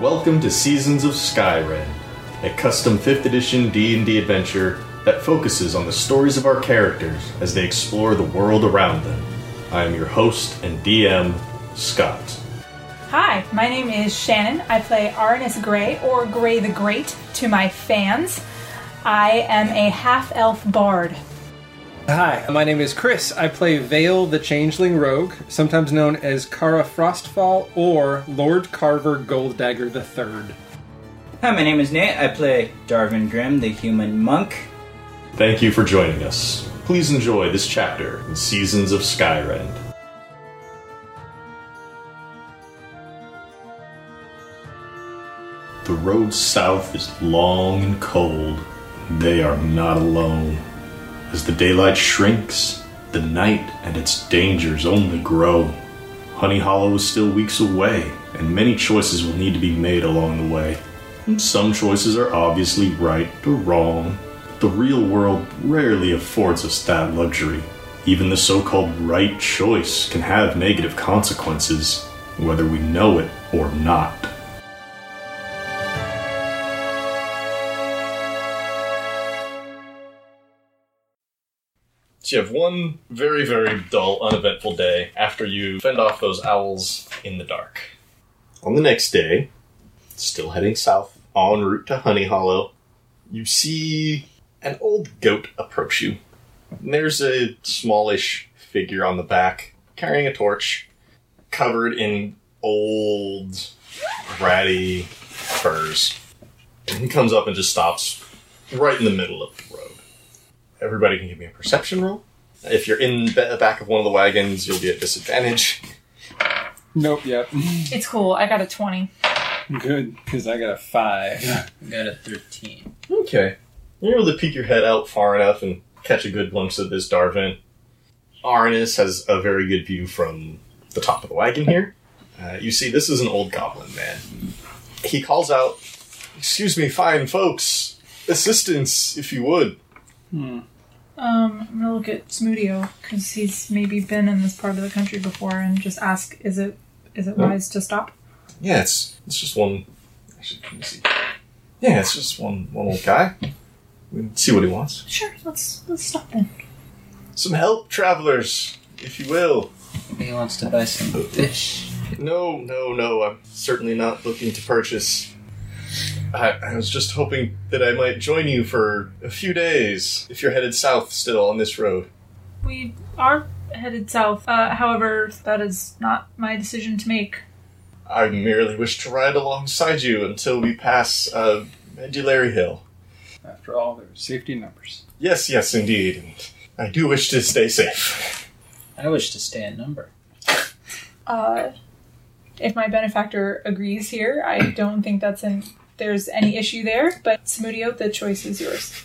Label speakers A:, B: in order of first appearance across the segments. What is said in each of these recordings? A: welcome to Seasons of Skyrim, a custom 5th edition D&D adventure that focuses on the stories of our characters as they explore the world around them. I am your host and DM, Scott.
B: Hi, my name is Shannon. I play Arnis Grey, or Grey the Great, to my fans. I am a half elf bard.
C: Hi, my name is Chris. I play Vale the Changeling Rogue, sometimes known as Kara Frostfall or Lord Carver Goldagger III.
D: Hi, my name is Nate. I play Darvin Grimm, the human monk.
A: Thank you for joining us. Please enjoy this chapter in Seasons of Skyrend. The road south is long and cold. They are not alone. As the daylight shrinks, the night and its dangers only grow. Honey Hollow is still weeks away, and many choices will need to be made along the way. Some choices are obviously right or wrong. The real world rarely affords us that luxury. Even the so called right choice can have negative consequences, whether we know it or not. So you have one very, very dull, uneventful day after you fend off those owls in the dark. On the next day, still heading south, en route to Honey Hollow, you see an old goat approach you. There's a smallish figure on the back carrying a torch, covered in old, ratty furs. And he comes up and just stops right in the middle of the road. Everybody can give me a perception roll. If you're in the back of one of the wagons, you'll be at disadvantage.
C: Nope, yep.
B: It's cool. I got a 20.
C: Good, because I got a five.
D: I got a 13.
A: Okay. You're able to peek your head out far enough and catch a good glimpse of this Darvin. Arnis has a very good view from the top of the wagon here. Uh, you see, this is an old goblin man. He calls out, Excuse me, fine folks, assistance, if you would.
B: Um, I'm gonna look at Smoodio because he's maybe been in this part of the country before, and just ask, is it is it wise to stop?
A: Yeah, it's, it's just one. Actually, let me see. Yeah, it's just one, one old guy. We can see what he wants.
B: Sure, let's let's stop then.
A: Some help, travelers, if you will.
D: He wants to buy some fish.
A: No, no, no. I'm certainly not looking to purchase. I, I was just hoping that I might join you for a few days if you're headed south still on this road.
B: We are headed south. Uh, however, that is not my decision to make.
A: I merely wish to ride alongside you until we pass uh, Medullary Hill.
C: After all, there's safety in numbers.
A: Yes, yes, indeed. And I do wish to stay safe.
D: I wish to stay in number.
B: Uh, if my benefactor agrees here, I don't think that's in there's any issue there. But Smoodio, the choice is yours.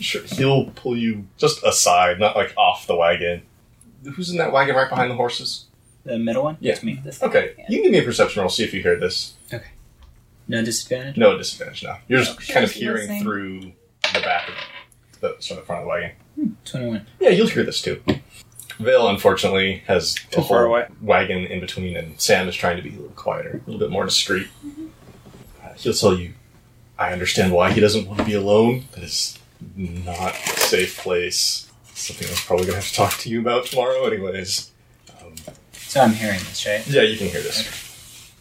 A: Sure, he'll pull you just aside, not like off the wagon. Who's in that wagon right behind the horses?
D: The middle one?
A: Yeah.
D: It's me. This
A: Okay,
B: Yeah.
A: you can give me a perception roll, see if you hear this.
D: No disadvantage?
A: No disadvantage now. You're just
B: Okay,
A: kind of
B: just
A: hearing
B: listening.
A: through the back of the sort of front of the wagon.
D: 21.
A: Yeah, you'll hear this too. Vale, unfortunately, has
C: Too
A: a
C: far
A: whole
C: away.
A: wagon in between, and Sam is trying to be a little quieter, a little bit more discreet. Uh, he'll tell you, I understand why he doesn't want to be alone. That is not a safe place. Something I'm probably going to have to talk to you about tomorrow, anyways.
D: So I'm hearing this, right?
A: Yeah, you can hear this.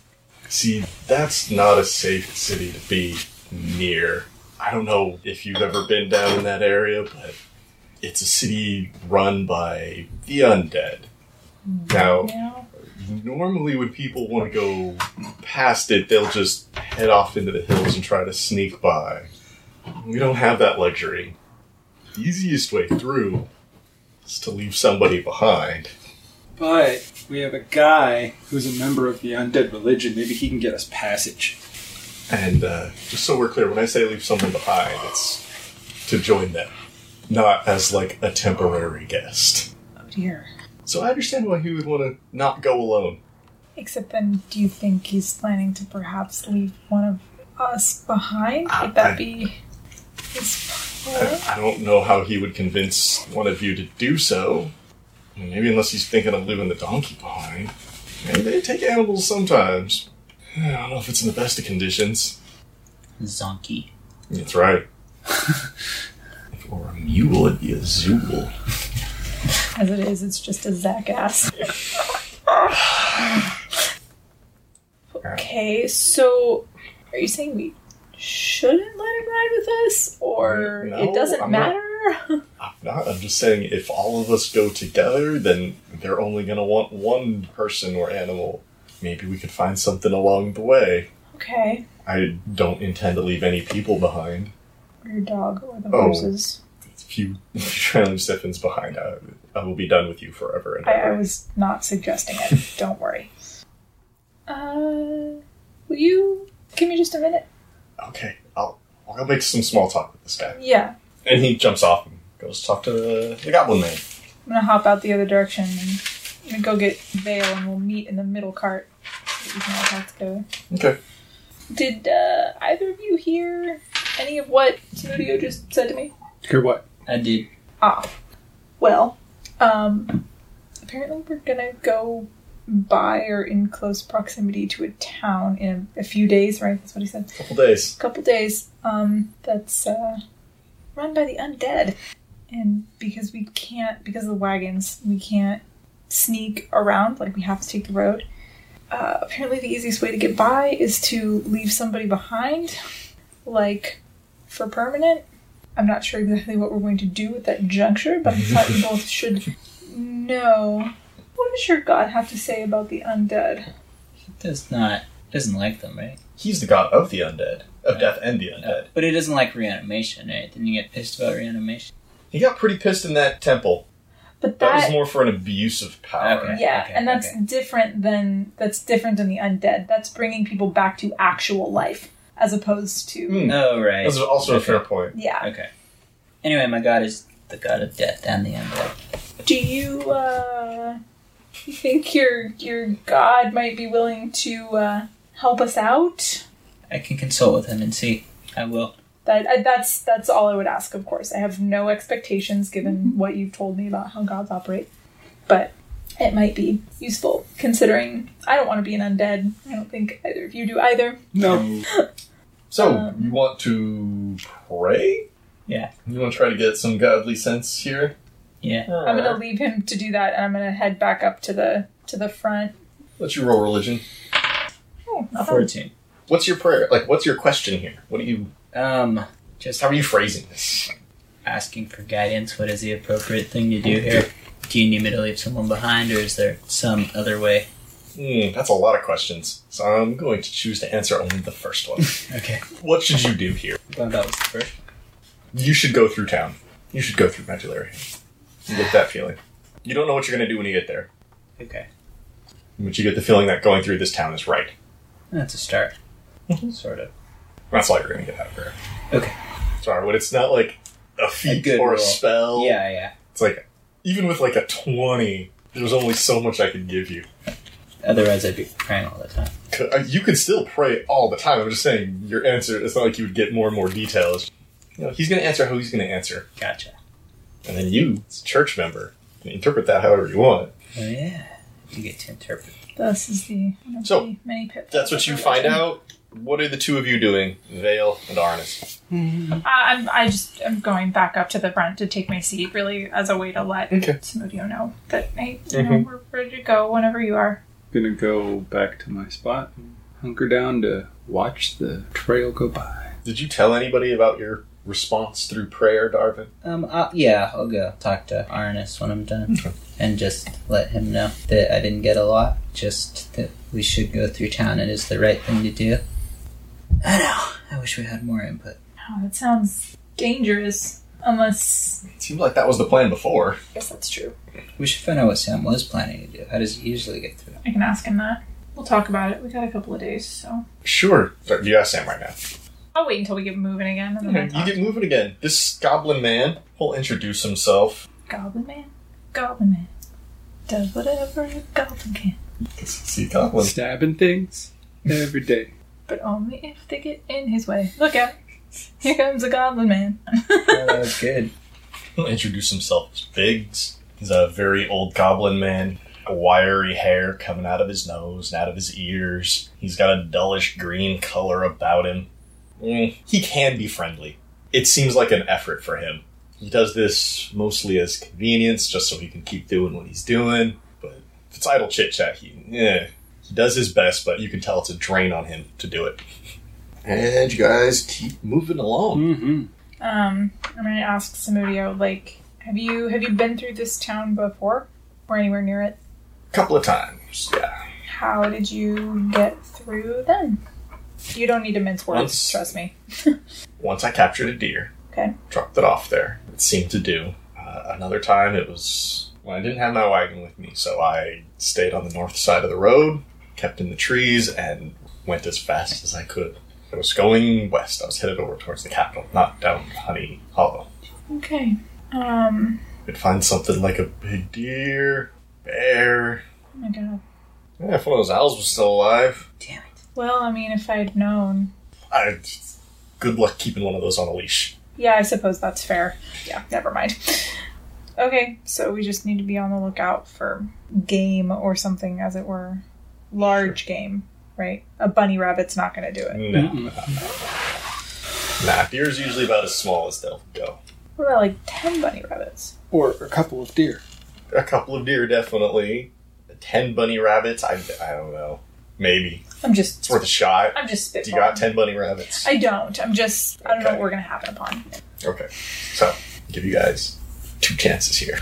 A: See, that's not a safe city to be near. I don't know if you've ever been down in that area, but it's a city run by the undead. Now,
B: Now,
A: normally when people want to go past it, they'll just head off into the hills and try to sneak by. We don't have that luxury. The easiest way through is to leave somebody behind.
C: But we have a guy who's a member of the undead religion. Maybe he can get us passage.
A: And uh, just so we're clear, when I say leave someone behind, it's to join them, not as like a temporary guest.
B: oh dear.
A: So I understand why he would want to not go alone.
B: Except then, do you think he's planning to perhaps leave one of us behind?
A: I-
B: Would that
A: I-
B: be his plan?
A: I, I don't know how he would convince one of you to do so. I mean, Maybe unless he's thinking of leaving the donkey behind. Maybe they take animals sometimes. I don't know if it's in the best of conditions.
D: Zonky.
A: That's right. if it were a mule, it'd be a zool.
B: As it is, it's just a Zack ass. okay, so are you saying we shouldn't let it ride with us, or
A: No,
B: it doesn't
A: I'm not-
B: matter?
A: I'm not. I'm just saying, if all of us go together, then they're only going to want one person or animal. Maybe we could find something along the way.
B: okay,
A: I don't intend to leave any people behind.
B: or your dog, or the
A: Oh.
B: horses.
A: If you, if you try to leave Stefan's behind, I, I will be done with you forever and
B: I, I
A: ever.
B: was not suggesting it. Don't worry. Uh, will you give me just a minute?
A: okay, I'll, I'll make some small talk with this guy.
B: Yeah,
A: And he jumps off and goes talk to the, the goblin man.
B: I'm gonna hop out the other direction and I'm gonna go get Vale, and we'll meet in the middle cart. So we can all talk together.
A: Okay.
B: Did uh, either of you hear any of what Samudio just said to me?
C: Hear what?
D: I did.
B: Ah, well, um, apparently we're gonna go by or in close proximity to a town in a, a few days, right? That's what he said.
A: couple days.
B: A couple days. Um, that's uh, run by the undead, and because we can't, because of the wagons, we can't sneak around. Like we have to take the road. Uh, apparently, the easiest way to get by is to leave somebody behind, like for permanent. I'm not sure exactly what we're going to do at that juncture, but I thought you both should know. What does your god have to say about the undead?
D: It does not. Doesn't like them, right?
A: He's the god of the undead, of
D: Yeah.
A: death and the undead.
D: But it doesn't like reanimation, right? Didn't you get pissed about reanimation?
A: He got pretty pissed in that temple.
B: But
A: That
B: that,
A: was more for an abuse of power.
D: Okay.
B: yeah, and that's
D: okay.
B: different than that's different than the undead. That's bringing people back to actual life as opposed to
A: Hmm.
D: Oh, right.
A: That's also a fair point.
B: yeah.
D: Okay. Anyway, my god is the god of death and the undead.
B: Do you uh, you think your your god might be willing to uh, help us out?
D: I can consult with him and see. I will.
B: That I, that's that's all I would ask. Of course, I have no expectations
D: Mm-hmm.
B: given what you've told me about how gods operate, but it might be useful considering I don't want to be an undead. I don't think either of you do either.
C: No.
A: So,
B: Um,
A: you want to pray?
D: Yeah.
A: You want to try to get some godly sense here?
D: Yeah.
B: I'm gonna leave him to do that, and I'm gonna head back up to the to the front.
A: Let you roll religion.
B: Oh,
D: Fortune.
A: What's your prayer? Like, what's your question here? What are you?
D: Um, just
A: How are you phrasing this?
D: asking for guidance. What is the appropriate thing to do here? Do you need me to leave someone behind, or is there some other way?
A: Hmm, that's a lot of questions. So I'm going to choose to answer only the first one.
D: Okay.
A: what should you do here?
D: Well, that was the first.
A: You should go through town. You should go through Medullary. You get that feeling. You don't know what you're going to do when you get there,
D: Okay.
A: but you get the feeling that going through this town is right.
D: That's a start.
A: Mhm.
D: sort of.
A: That's all you're going to get out of her.
D: Okay.
A: Sorry, but it's not like a feat
D: good
A: or a
D: roll.
A: spell.
D: Yeah, yeah.
A: It's like, even with like a 20, there's only so much I could give you.
D: Otherwise, I'd be praying all the time.
A: C- uh, You could still pray all the time. I'm just saying, your answer, it's not like you would get more and more details. You know, he's going to answer how he's going to answer.
D: Gotcha.
A: And then you, as a church member, can interpret that however you want.
D: Oh, yeah. You get to interpret.
B: This is the one of
A: So,
B: the many pitfalls
A: That's what
B: of
A: you
B: religion.
A: find out. What are the two of you doing? Vale and Arnis.
B: Uh, I'm I just I'm going back up to the front to take my seat, really as a way to let
A: Okay.
B: Samudio know that hey, you know, we're ready to go whenever you are.
C: Gonna go back to my spot and hunker down to watch the trail go by.
A: Did you tell anybody about your response through prayer, Darvin?
D: Um, i yeah, I'll go talk to Arnis when I'm done and just let him know that I didn't get a lot, just that we should go through town. It is the right thing to do. I know. I wish we had more input.
B: Oh, that sounds dangerous. Unless
A: It seemed like that was the plan before.
B: I guess that's true.
D: We should find out what Sam was planning to do. How does he usually get through?
B: I can ask him that. We'll talk about it. We got a couple of days, so
A: Sure. Sorry, you asked Sam right now.
B: I'll wait until we get moving again and then I
A: You
B: talk.
A: get moving again. This goblin man will introduce himself.
B: Goblin man, goblin man, does whatever a goblin can,
A: See, goblin.
C: Stabbing things every day.
B: but only if they get in his way. Look out! Here comes a goblin man.
D: Oh, that was good.
A: He'll introduce himself as Biggs. He's a very old goblin man. wiry hair coming out of his nose and out of his ears. He's got a dullish green color about him. Mm, he can be friendly. It seems like an effort for him. He does this mostly as convenience, just so he can keep doing what he's doing. But if it's idle chit chat, he, eh, he does his best, but you can tell it's a drain on him to do it. And you guys keep moving along.
C: Mm-hmm.
B: Um, I'm gonna ask Samudio, like, have you have you been through this town before, or anywhere near it?
A: A couple of times, yeah.
B: How did you get through then? You don't need to mince words,
A: Once-
B: trust me.
A: Once I captured a deer.
B: Okay.
A: Dropped it off there. It seemed to do. Uh, another time it was when I didn't have my wagon with me, so I stayed on the north side of the road, kept in the trees, and went as fast as I could. I was going west. I was headed over towards the capital, not down Honey Hollow.
B: Okay. Um.
A: I'd find something like a big deer, bear.
B: Oh my god.
A: Yeah, if one of those owls was still alive,
D: Damn it.
B: Well, I mean, if I had known,
A: I, good luck keeping one of those on a leash.
B: yeah, I suppose that's fair. Yeah, never mind. Okay, so we just need to be on the lookout for game or something, as it were, large game, right? A bunny rabbit's not gonna do it.
A: No, nah, deer's usually about as small as they'll go.
B: What about like ten bunny rabbits?
C: Or a couple of deer.
A: A couple of deer, definitely. Ten bunny rabbits, I, I don't know. Maybe.
B: I'm just
A: It's worth a shot.
B: I'm just spitballing.
A: Do you got ten bunny rabbits?
B: I don't. I'm just. I don't know
A: Okay.
B: what we're gonna happen upon.
A: Okay. So, I'll give you guys two chances here.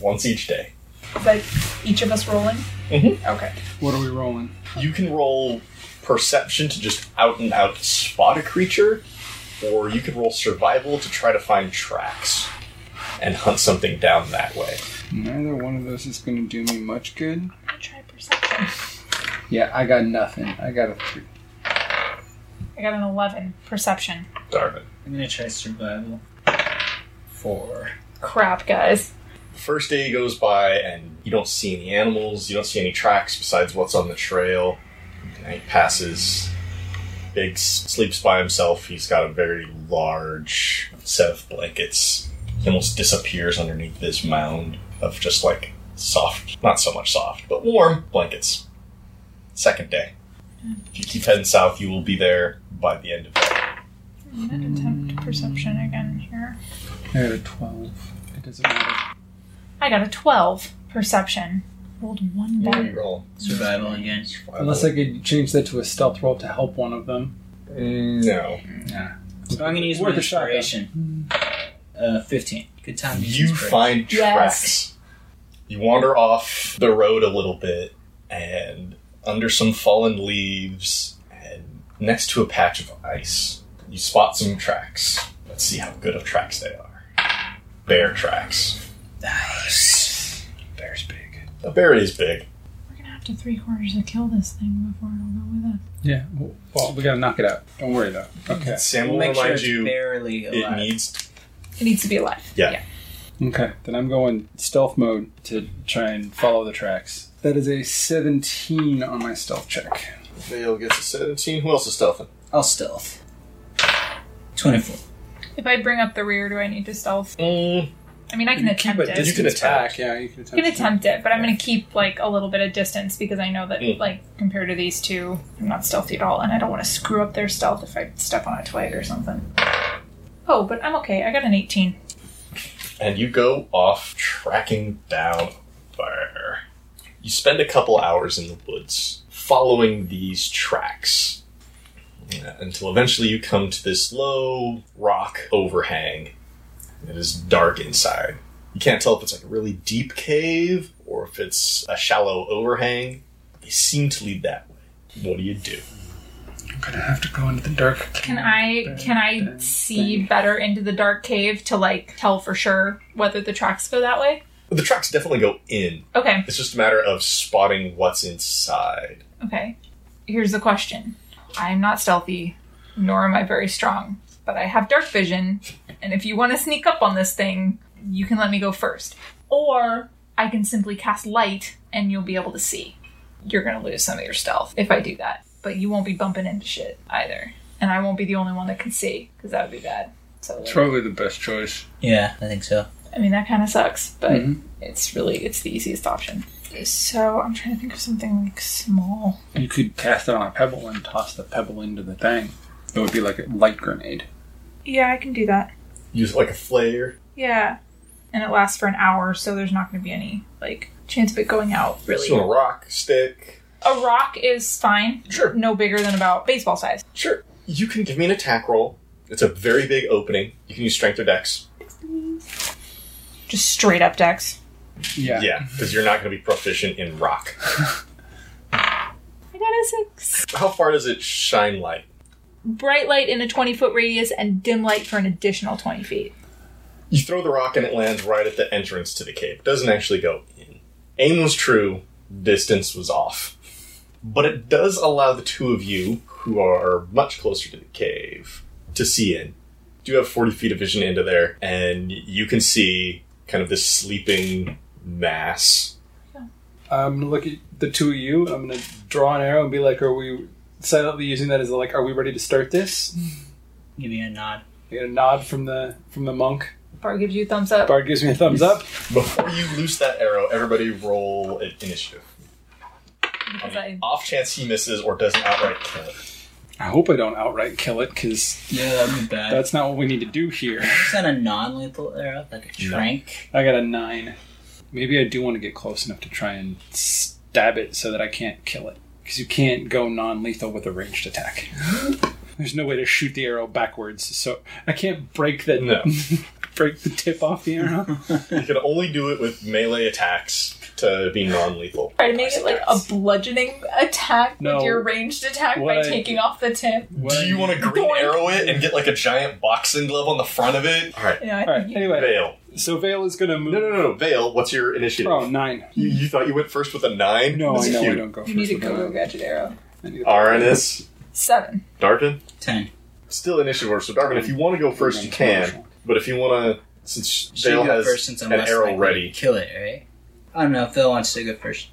A: Once each day.
B: Is that each of us rolling?
A: Mhm.
B: Okay.
C: What are we rolling?
A: You can roll perception to just out and out spot a creature, or you could roll survival to try to find tracks and hunt something down that way.
C: Neither one of those is going to do me much good.
B: I try perception.
C: Yeah, I got nothing. I got a three.
B: I got an eleven perception.
A: Darvin.
D: I'm gonna try survival. Four.
B: Crap, guys.
A: First day goes by, and you don't see any animals. You don't see any tracks besides what's on the trail. Night passes. Big s- sleeps by himself. He's got a very large set of blankets. He almost disappears underneath this mound of just like soft, not so much soft, but warm blankets. Second day. If you keep heading south, you will be there by the end of the day.
B: I'm gonna attempt perception again here.
C: I got a 12. It doesn't matter.
B: I got a twelve perception. Rolled one
A: What are
B: die.
A: you rolling?
D: Survival again.
C: Unless I could change that to a stealth roll to help one of them.
A: No.
D: Nah. So I'm gonna use
C: Worth
D: my
C: a shot, though.
D: inspiration. Uh, fifteen. Good time. to use
A: You
D: inspiration.
A: find
B: Yes.
A: tracks. You wander off the road a little bit and under some fallen leaves and next to a patch of ice. You spot some tracks. Let's see how good of tracks they are. Bear tracks.
D: Nice.
A: Bear's big. A bear is big.
B: We're gonna have to three quarters to kill this thing before it'll go with us.
C: Yeah. Well, we got to knock it out. Don't worry, though. Okay.
A: Sam
D: We'll
A: will
D: make sure
A: remind
D: it's
A: you
D: barely
A: it
D: alive.
A: needs.
B: It needs to be alive.
A: Yeah.
C: Okay. Then I'm going stealth mode to try and follow the tracks. That is a 17 on my stealth check.
A: Vale gets a 17. Who else is stealthing?
D: I'll stealth. Twenty-four.
B: If I bring up the rear, do I need to stealth?
A: Mm,
B: I mean, I can
C: keep
B: attempt
C: a
B: it.
A: You
C: distance
A: can attempt.
C: back. Yeah, you can attempt.
B: I'm gonna
C: to-
B: attempt it, but I'm gonna keep like a little bit of distance because I know that
A: Mm.
B: like compared to these two, I'm not stealthy at all, and I don't want to screw up their stealth if I step on a twig or something. Oh, but I'm okay. I got an 18.
A: and you go off tracking down a bear. You spend a couple hours in the woods following these tracks uh, until eventually you come to this low rock overhang. It is dark inside. You can't tell if it's like a really deep cave or if it's a shallow overhang. They seem to lead that way. What do you do?
C: I'm going to have to go into the dark.
B: Can I can I see better into the dark cave to like tell for sure whether the tracks go that way?
A: The tracks definitely go in.
B: Okay,
A: It's just a matter of spotting what's inside.
B: okay. Here's the question. I'm not stealthy, nor am I very strong, but I have dark vision, and if you want to sneak up on this thing, you can let me go first. Or I can simply cast light and you'll be able to see. You're gonna lose some of your stealth if I do that. But you won't be bumping into shit either. And I won't be the only one that can see, because that would be bad. So like,
C: Probably the best choice.
D: Yeah, I think so.
B: I mean, that kind of sucks, but
C: Mhm.
B: it's really it's the easiest option. So I'm trying to think of something like small.
E: You could cast it on a pebble and toss the pebble into the thing. It would be like a light grenade.
B: Yeah, I can do that.
A: Use it like a flare.
B: Yeah. And it lasts for an hour, so there's not going to be any like chance of it going out really.
A: Just on a rock, stick.
B: A rock is fine.
A: Sure.
B: No bigger than about baseball size.
A: Sure. You can give me an attack roll. It's a very big opening. You can use strength or dex.
B: Just straight up decks.
E: Yeah.
A: Yeah, because you're not going to be proficient in rock.
B: I got a six.
A: How far does it shine light?
B: Bright light in a 20 foot radius and dim light for an additional 20 feet.
A: You throw the rock and it lands right at the entrance to the cave. It doesn't actually go in. Aim was true, distance was off. But it does allow the two of you, who are much closer to the cave, to see in. You have 40 feet of vision into there, and you can see kind of this sleeping mass.
C: I'm gonna look at the two of you. I'm gonna draw an arrow and be like, "Are we silently using that as like, are we ready to start this?"
D: Give me a nod.
C: I get a nod from the from the monk.
B: Bar gives you a thumbs up.
C: Bard gives me a thumbs up.
A: Before you loose that arrow, everybody roll an initiative. On
B: because
A: the
B: I,
A: off chance he misses or doesn't outright kill it.
C: I hope I don't outright kill it because
D: Yeah, that'd be bad.
C: that's not what we need to do here.
D: Is that a non-lethal arrow, like a
A: No.
D: trank?
C: I got a nine. Maybe I do want to get close enough to try and stab it so that I can't kill it. Because you can't go non lethal with a ranged attack. There's no way to shoot the arrow backwards, so I can't break the
A: No.
C: break the tip off the arrow.
A: You can only do it with melee attacks to be non lethal.
B: try to make it like a bludgeoning attack
C: No.
B: with your ranged attack
C: What
B: by
C: I-
B: taking off the tip.
A: Do you want to green
B: Boink.
A: arrow it and get like a giant boxing glove on the front of it? All right,
B: You know, I
C: All right.
B: think you-
C: Anyway,
A: Vale.
C: so Vale is gonna move.
A: No, no, no, no. Vale, what's your initiative?
C: Oh, nine.
A: You, you thought you went first with a nine?
C: No,
A: That's
C: I know I
A: cute.
C: don't go.
B: you
C: first
B: need to
C: with
B: go
C: nine.
B: go gadget arrow.
C: I need to-
A: Aranis,
B: Seven.
A: Darvin,
D: Ten.
A: still initiative order. So Darvin, if you want to go first, you can. But if you want to, since
D: She
A: Vale
D: go
A: has
D: first since I'm
A: an
D: less
A: arrow
D: likely to
A: ready.
D: Kill it, right? I don't know if Phil wants to go first.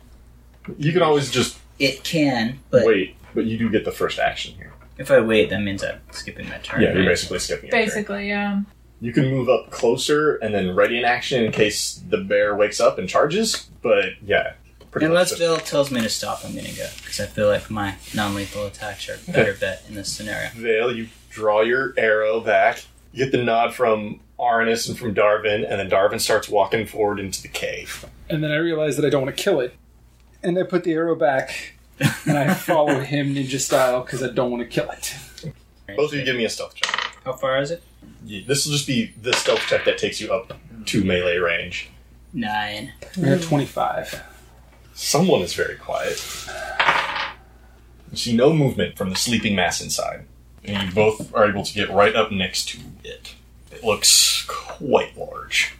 A: you can always just
D: It can, but
A: wait. But you do get the first action here.
D: if I wait, that means I'm skipping my turn.
A: Yeah, you're
D: right?
A: basically skipping. your turn.
B: Basically, um,
A: You can move up closer and then ready in action in case the bear wakes up and charges. But yeah, pretty
D: Unless
A: much.
D: Phil tells me to stop, I'm gonna go because I feel like my non-lethal attacks are a better bet in this scenario.
A: Vale, you draw your arrow back. You get the nod from Arnis and from Darvin, and then Darvin starts walking forward into the cave.
C: And then I realize that I don't want to kill it, and I put the arrow back, and I follow him ninja style because I don't want to kill it.
A: Both of you give me a stealth check.
D: How far is it?
A: You- This will just be the stealth check that takes you up to melee range.
D: Nine.
C: We're at twenty-five.
A: Someone is very quiet. You see no movement from the sleeping mass inside, and you both are able to get right up next to it. It looks quite large.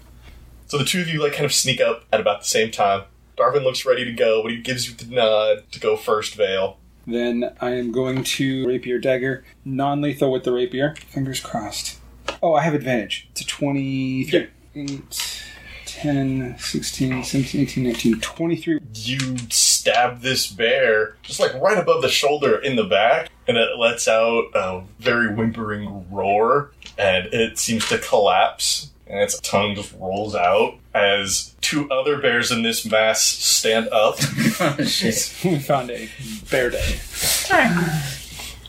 A: So the two of you like kind of sneak up at about the same time. Darvin looks ready to go, but he gives you the nod to go first, Vale.
C: Then I am going to rapier dagger, non lethal with the rapier. Fingers crossed. Oh, I have advantage. It's a 23. 8, 10, 16, 17, 18, 19, 23.
A: You stab this bear just like right above the shoulder in the back, and it lets out a very whimpering roar, and it seems to collapse, and its tongue just rolls out as two other bears in this mass stand up.
D: Oh, shit.
C: we found a bear day.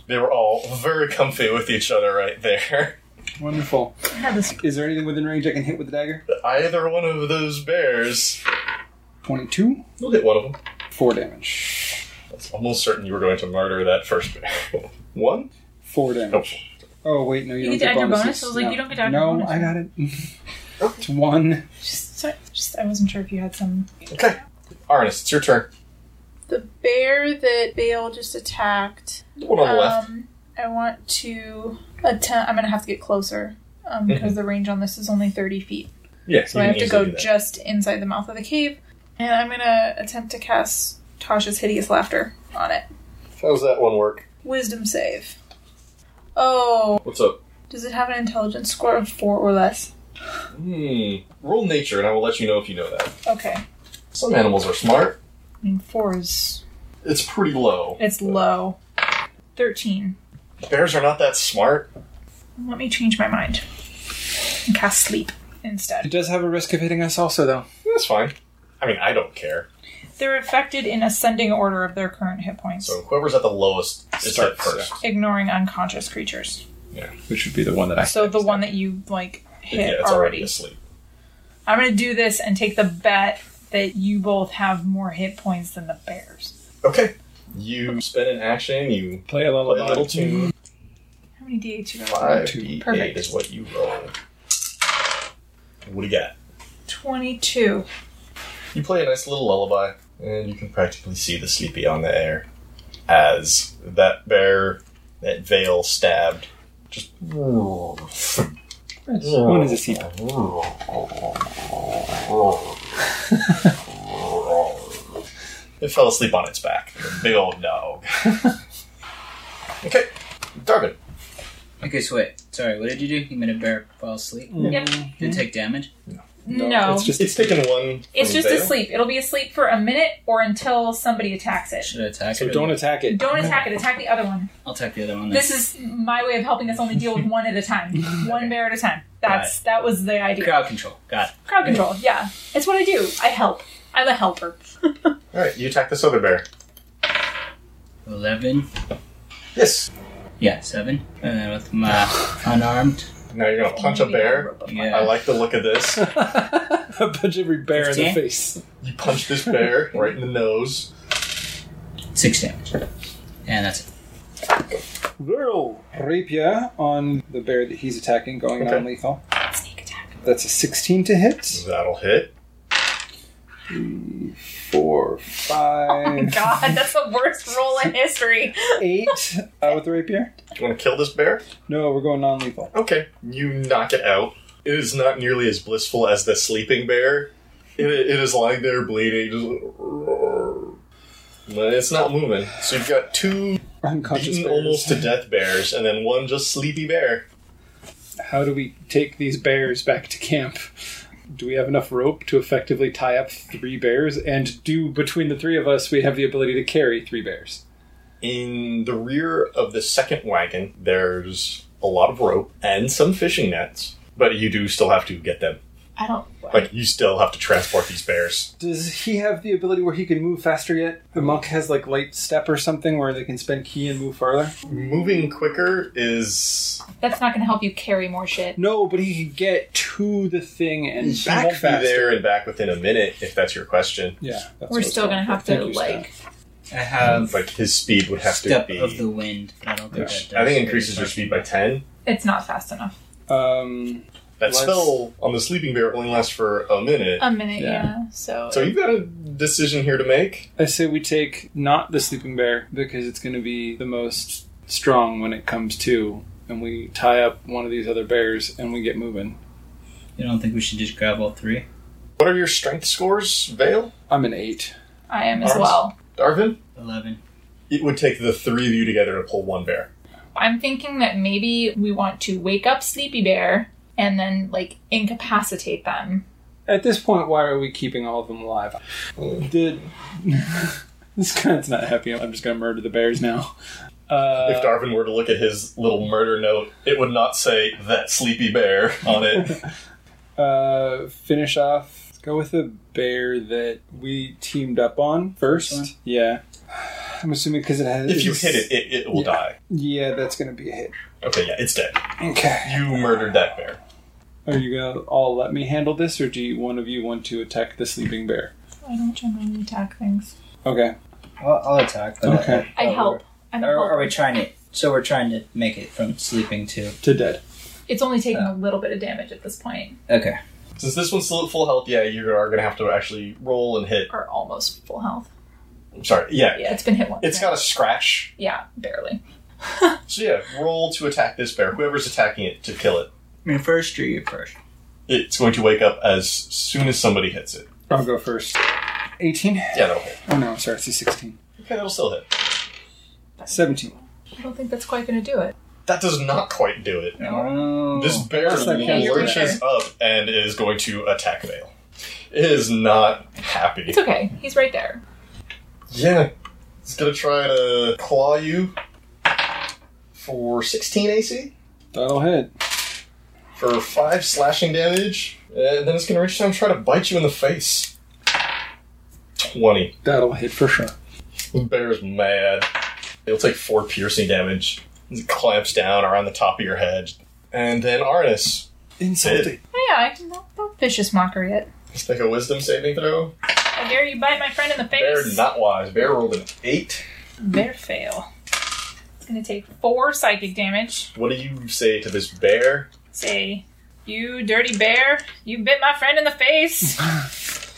A: they were all very comfy with each other right there.
C: Wonderful.
B: I had this
C: Is there anything within range I can hit with the dagger?
A: Either one of those bears,
C: 22.
A: you'll hit one of them.
C: 4 damage.
A: It's almost certain you were going to murder that first bear. one?
C: 4 damage. Oh, wait, no, you,
B: You get to
C: don't get
B: add your
C: bonuses.
B: bonus? I was like,
C: no.
B: you don't get to add your
C: No,
B: bonus.
C: I got it. it's 1.
B: Just, sorry, just I wasn't sure if you had some.
A: Okay. Arnis, it's your turn.
B: The bear that Bale just attacked.
A: The one on the left.
B: Um, I want to attempt. I'm gonna have to get closer um,
A: Mm-hmm.
B: because the range on this is only 30 feet,
A: Yeah,
B: so I have to go just inside the mouth of the cave, and I'm gonna attempt to cast Tasha's hideous laughter on it.
A: How does that one work?
B: Wisdom save. Oh,
A: What's up?
B: does it have an intelligence score of four or less?
A: Hmm. Roll nature, and I will let you know if you know that.
B: Okay, I
A: Some animals are smart.
B: mean four is
A: It's pretty low.
B: it's low. 13.
A: Bears are not that smart.
B: Let me change my mind and cast sleep instead.
C: It does have a risk of hitting us also, though.
A: That's fine. I mean, I don't care.
B: They're affected in ascending order of their current hit points,
A: So whoever's at the lowest is hit
C: Starts,
A: first.
B: ignoring unconscious creatures.
C: Which would be the one that I.
B: So the one that you like hit
A: yeah, it's already
B: already.
A: asleep.
B: I'm gonna do this and take the bet that you both have more hit points than the bears.
A: Okay. You spend an action, you
C: play a little.
A: play a little tune.
B: How many d8 you got?
A: 5
C: Two.
A: d8
B: Perfect.
A: is what you roll. What do you got?
B: Twenty-two.
A: You play a nice little lullaby, and you can practically see the sleepy on the air as that bear, that veil stabbed, just.
C: One is asleep.
A: It fell asleep on its back. Big old dog. okay, Darvin.
D: Okay, so wait. Sorry, what did you do? You made a bear fall asleep.
A: Mm-hmm.
B: Yep.
D: Did it take damage?
B: No,
C: It's
B: it's just,
C: just
A: It's taken one. from Veil.
B: asleep. It'll be asleep for a minute or until somebody attacks it.
D: Should I attack
C: so
D: it? or
C: don't
D: not?
C: attack it.
B: Don't attack it. Attack the other one.
D: I'll attack the other one. Then.
B: This is my way of helping us only deal with one at a time, one bear at a time. That's that was the idea.
D: crowd control. Got it.
B: Crowd control. Yeah, it's what I do. I help. I'm a helper.
A: All right, you attack this other bear.
D: Eleven.
A: Yes.
D: Yeah, seven. And then with my unarmed.
A: Now you're gonna punch a
B: Maybe
A: bear.
B: I'm a
D: Yeah.
A: I like the look of this.
C: A punch every bear in
D: Fifteen?
C: the face.
A: You punch this bear right in the nose.
D: Six damage. And that's it.
C: Whirl rapier on the bear that he's attacking, going
A: Okay.
C: non-lethal.
B: robot. Sneak attack.
C: That's a 16 to hit.
A: That'll hit.
C: Four,
B: Oh my
C: five,
B: god, that's the worst roll in history.
C: eight uh, with the rapier.
A: You want to kill this bear?
C: No, we're going non-lethal.
A: Okay. You knock it out. It is not nearly as blissful as the sleeping bear. It, it is lying there bleeding. Just but it's not moving. So you've got two
C: Unconscious
A: beaten
C: bears.
A: almost to death bears, and then one just sleepy bear.
C: How do we take these bears back to camp? Do we have enough rope to effectively tie up three bears? And do between the three of us, we have the ability to carry three bears?
A: In the rear of the second wagon, there's a lot of rope and some fishing nets, but you do still have to get them.
B: I don't.
A: Like, you still have to transport these bears.
C: Does he have the ability where he can move faster yet? The monk has like light step or something where they can spend key and move farther.
A: Moving quicker is
B: That's not going to help you carry more shit.
C: No, but he can get to the thing and
A: He
C: back
A: won't
C: faster.
A: be there and back within a minute if that's your question.
C: Yeah, that's
B: We're
C: what
B: still
C: it's
B: going to
C: for.
B: have to
C: Thank you,
B: like.
D: I have
A: Like his speed would have
D: Um, step
A: to be.
D: of the wind. I don't think
A: which
D: that
A: I
D: does
A: think increases your speed by ten.
B: It's not fast enough.
C: Scott. Um,
A: That
C: Let's-
A: spell on the sleeping bear only lasts for a minute.
B: A minute,
C: Yeah.
B: yeah. So,
A: so you've got a decision here to make.
C: I say we take not the sleeping bear because it's going to be the most strong when it comes to, and we tie up one of these other bears and we get moving.
D: You don't think we should just grab all three?
A: What are your strength scores, Vale?
C: I'm an eight.
B: I am as
A: Arms?
B: well.
A: Darvin?
D: Eleven.
A: It would take the three of you together to pull one bear.
B: I'm thinking that maybe we want to wake up Sleepy Bear and then like incapacitate them.
C: At this point, why are we keeping all of them alive? The this guy's not happy. I'm just going to murder the bears now. Uh,
A: if Darvin were to look at his little murder note, it would not say that sleepy bear on it.
C: uh, finish off. Let's go with the bear that we teamed up on first.
D: This one?
C: Yeah, I'm assuming because it has.
A: if you hit it, it, it will
C: Yeah.
A: die.
C: yeah, that's gonna be a hit.
A: Okay, yeah, it's dead.
C: Okay.
A: You murdered that bear.
C: Are you gonna all let me handle this, or do you, one of you want to attack the sleeping bear?
B: I don't generally attack things.
C: Okay.
D: I'll, I'll attack. But
C: Okay.
B: I help. I'm a
D: Or Oh, are
B: helper.
D: we trying to? So we're trying to make it from sleeping to.
C: To dead.
B: It's only taking a little bit of damage at this point,
D: Okay.
A: Since this one's still at full health, yeah, you are going to have to actually roll and hit.
B: or almost full health.
A: I'm sorry, yeah.
B: Yeah, it's been hit once.
A: It's got a scratch.
B: yeah, barely.
A: So yeah, roll to attack this bear. Whoever's attacking it to kill it.
D: Me first or you first?
A: It's going to wake up as soon as somebody hits it.
C: I'll go first. 18?
A: Yeah, that'll hit.
C: Oh no, sorry, it's a 16.
A: Okay, that'll still hit.
C: 17.
B: I don't think that's quite going to do it.
A: That does not quite do it.
D: No.
A: This bear
C: Just like
B: him.
A: lurches up and is going to attack Vale. It is not happy.
B: It's okay. He's right there.
A: Yeah. It's gonna try to claw you for 16 AC
C: That'll hit.
A: for 5 slashing damage, and then it's gonna reach down and try to bite you in the face. 20.
C: That'll hit for sure.
A: The bear's mad. It'll take four piercing damage. It clamps down around the top of your head. And then Arnis.
C: Insulting.
B: Oh, yeah, I can don't, don't vicious mockery it.
A: Let's make a wisdom saving throw.
B: How dare you bite my friend in the
A: Bear
B: face?
A: not wise. Bear rolled an 8.
B: Bear fail. It's gonna take four psychic damage.
A: What do you say to this bear?
B: Say, you dirty bear, you bit my friend in the face.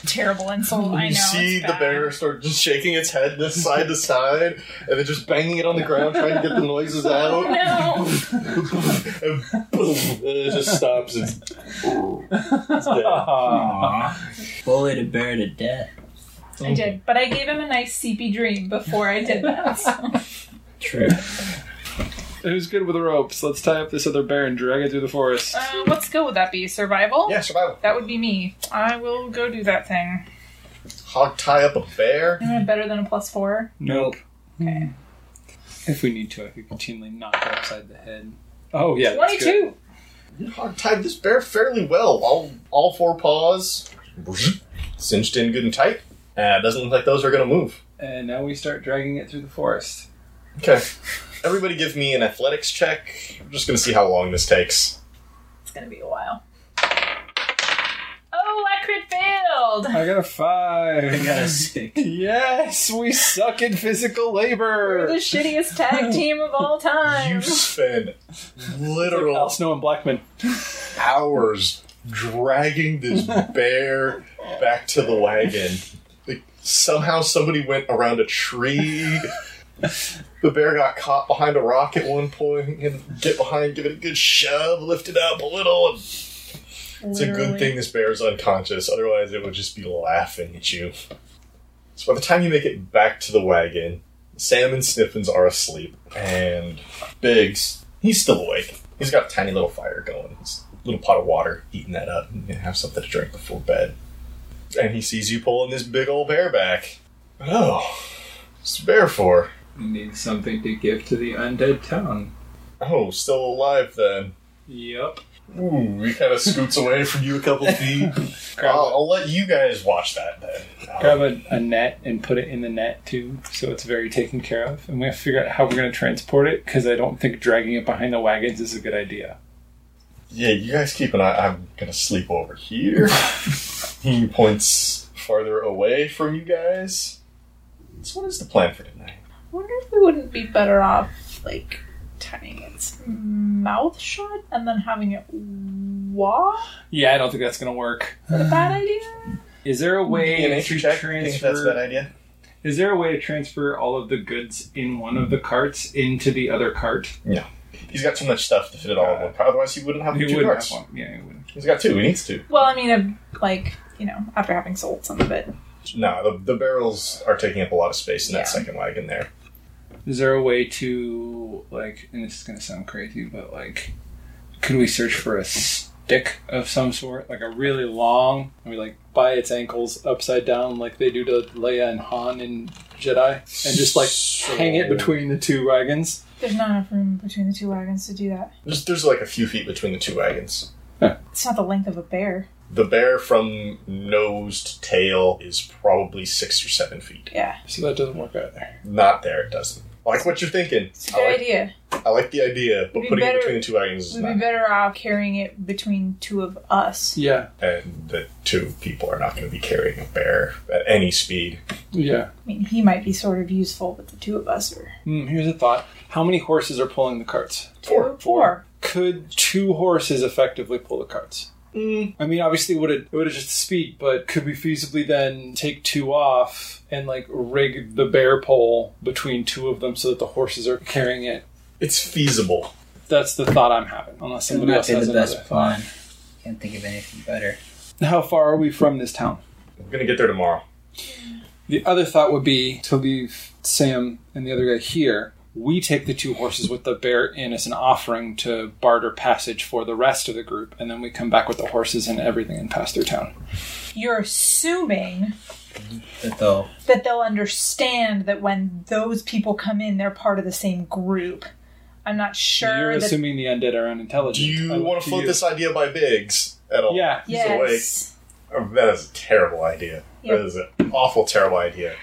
B: Terrible insult. I know.
A: you see
B: it's
A: the
B: bad.
A: bear start just shaking its head this side to side and then just banging it on the ground trying to get the noises
B: Oh,
A: out.
B: no,
A: and boom, and it just stops and it's dead.
E: Aw.
D: Bully the bear to death.
B: I did, but I gave him a nice seepy dream before I did that. so.
D: True.
C: It was good with the ropes. Let's tie up this other bear and drag it through the forest.
B: Uh, what skill would that be? Survival?
A: Yeah, survival.
B: That would be me. I will go do that thing.
A: Hog tie up a bear.
B: Am I better than a plus four?
C: Nope. Hmm.
B: Okay.
C: If we need to, if we continually knock it upside the head. Oh yeah, that's good.
B: Twenty-two.
A: You hog tied this bear fairly well. All all four paws cinched in good and tight. Uh, doesn't look like those are gonna move.
C: And now we start dragging it through the forest.
A: Okay. Everybody give me an athletics check. I'm just gonna see how long this takes.
B: It's gonna be a while. Oh, I crit failed.
C: I got a five.
D: I got a six.
C: Yes, we suck in physical
B: We're the
C: labor.
B: shittiest tag team of all time.
A: You spend
C: Al
A: literal
C: Snow and Blackman.
A: hours dragging this bear back to the wagon. Like, somehow somebody went around a tree. The bear got caught behind a rock at one point and get behind, give it a good shove, lift it up a little. and It's a good thing this bear is unconscious, otherwise it would just be laughing at you. So by the time you make it back to the wagon, Sam and Sniffins are asleep, and Biggs, he's still awake. He's got a tiny little fire going. His little pot of water, heating that up, and have something to drink before bed. And he sees you pulling this big old bear back. Oh, what's the bear for?
E: We need something to give to the undead town.
A: Oh, still alive then.
E: Yep.
C: Hmm.
A: Ooh, he kind of scoots away from you a couple feet.
C: Grab,
A: I'll, I'll let you guys watch that then. Uh,
C: a, grab a, a net and put it in the net too, so it's very taken care of. And we have to figure out how we're going to transport it because I don't think dragging it behind the wagons is a good idea.
A: Yeah, you guys keep an eye. I'm gonna sleep over here. he points farther away from you guys. So, what is the plan for tonight?
B: I wonder if we wouldn't be better off, like, tying its mouth shut and then having it walk.
C: Yeah, I don't think that's going to work.
B: Is that a bad idea?
C: Is there a way
A: An
C: to
A: entry check. Think that's a bad
C: transfer?
A: idea.
C: Is there a way to transfer all of the goods in one of the carts into the other cart?
A: He's got too much stuff to fit it all in one car. Otherwise, he wouldn't have
C: Uh, He
A: two
C: would
A: carts.
C: have one. Yeah, he would.
A: He's got two. He needs two.
B: Well, I mean, i like, you know, after having sold some of it.
A: No, the, the barrels are taking up a lot of space in
B: Yeah.
A: that second wagon there.
C: Is there a way to like? And this is gonna sound crazy, but like, could we search for a stick of some sort, like a really long, and we like buy its ankles upside down, like they do to Leia and Han in Jedi, and just like hang it between the two wagons?
B: There's not enough room between the two wagons to do that.
A: There's, there's like a few feet between the two wagons.
B: It's not the length of a bear.
A: The bear from nose to tail is probably six or seven feet.
B: Yeah,
C: So that doesn't work either.
A: Not there. It doesn't. I like what you're thinking.
B: it's
A: I
B: a good
A: like
B: idea.
A: I like the idea, but
B: We'd
A: putting
B: better-
A: it between the two wagons is
B: We'd be
A: not.
B: better off carrying it between two of us.
C: Yeah,
A: And the two people are not going to be carrying a bear at any speed.
C: yeah.
B: I mean, he might be sort of useful, but the two of us are
C: Hmm, here's a thought: How many horses are pulling the carts?
A: Four.
B: four.
C: Could two horses effectively pull the carts? I mean, obviously, would it would have just speed, but could we feasibly then take two off and like rig the bear pole between two of them so that the horses are carrying it?
A: It's feasible.
C: That's the thought I'm having. Unless
D: It
C: somebody
D: might
C: else
D: be
C: has
D: the
C: another
D: best
C: thought.
D: plan. Can't think of anything better.
C: How far are we from this town?
A: We're going to get there tomorrow.
C: The other thought would be to leave Sam and the other guy here. We take the two horses with the bear in as an offering to barter passage for the rest of the group, and then we come back with the horses and everything and pass through town.
B: You're assuming
D: But though,
B: that they'll understand that when those people come in, they're part of the same group. I'm not
C: You're
B: sure that.
C: assuming the undead are unintelligent.
A: Do you
C: I look
A: want to
C: to
A: float
C: you.
A: this idea by Biggs at all?
C: Yeah.
A: He's awake.
B: Yes.
A: Oh, that is a terrible idea.
B: Yep.
A: That is an an awful, terrible idea.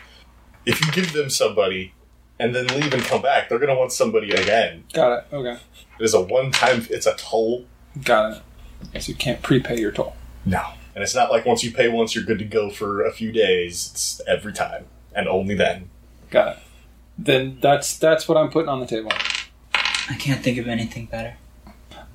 A: If you give them somebody and then leave and come back, they're going to want somebody again.
C: Got it. Okay.
A: It is a one time, it's a toll.
C: Got it. So you can't prepay your toll.
A: No. And it's not like once you pay once, you're good to go for a few days. It's every time. And only then.
C: Got it. Then that's that's what I'm putting on the table.
D: I can't think of anything better.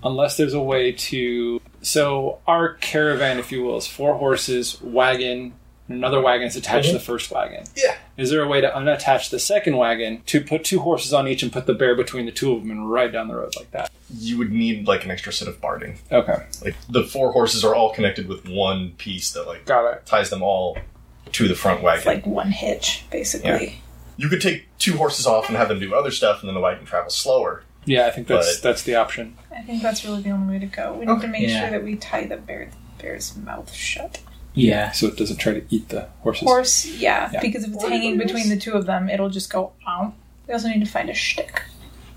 C: Unless there's a way to so our caravan, if you will, is four horses, wagon, and another wagon is attached
A: Mm-hmm.
C: to the first wagon.
A: Yeah.
C: Is there a way to unattach the second wagon to put two horses on each and put the bear between the two of them and ride down the road like that?
A: You would need like an extra set of barding.
C: Okay.
A: Like the four horses are all connected with one piece that like
C: Got it.
A: ties them all to the front wagon.
B: It's like one hitch, basically.
A: you could take two horses off and have them do other stuff, and then the wagon travels slower.
C: Yeah, I think that's
A: But-
C: that's the option.
B: I think that's really the only way to go. We need to make
D: Yeah.
B: sure that we tie the bear bear's mouth shut.
D: Yeah.
C: So it doesn't try to eat the horses.
B: Horse, yeah,
C: Yeah.
B: because if it's
A: Or
B: hanging
A: horse.
B: between the two of them, it'll just go out. We also need to find a shtick.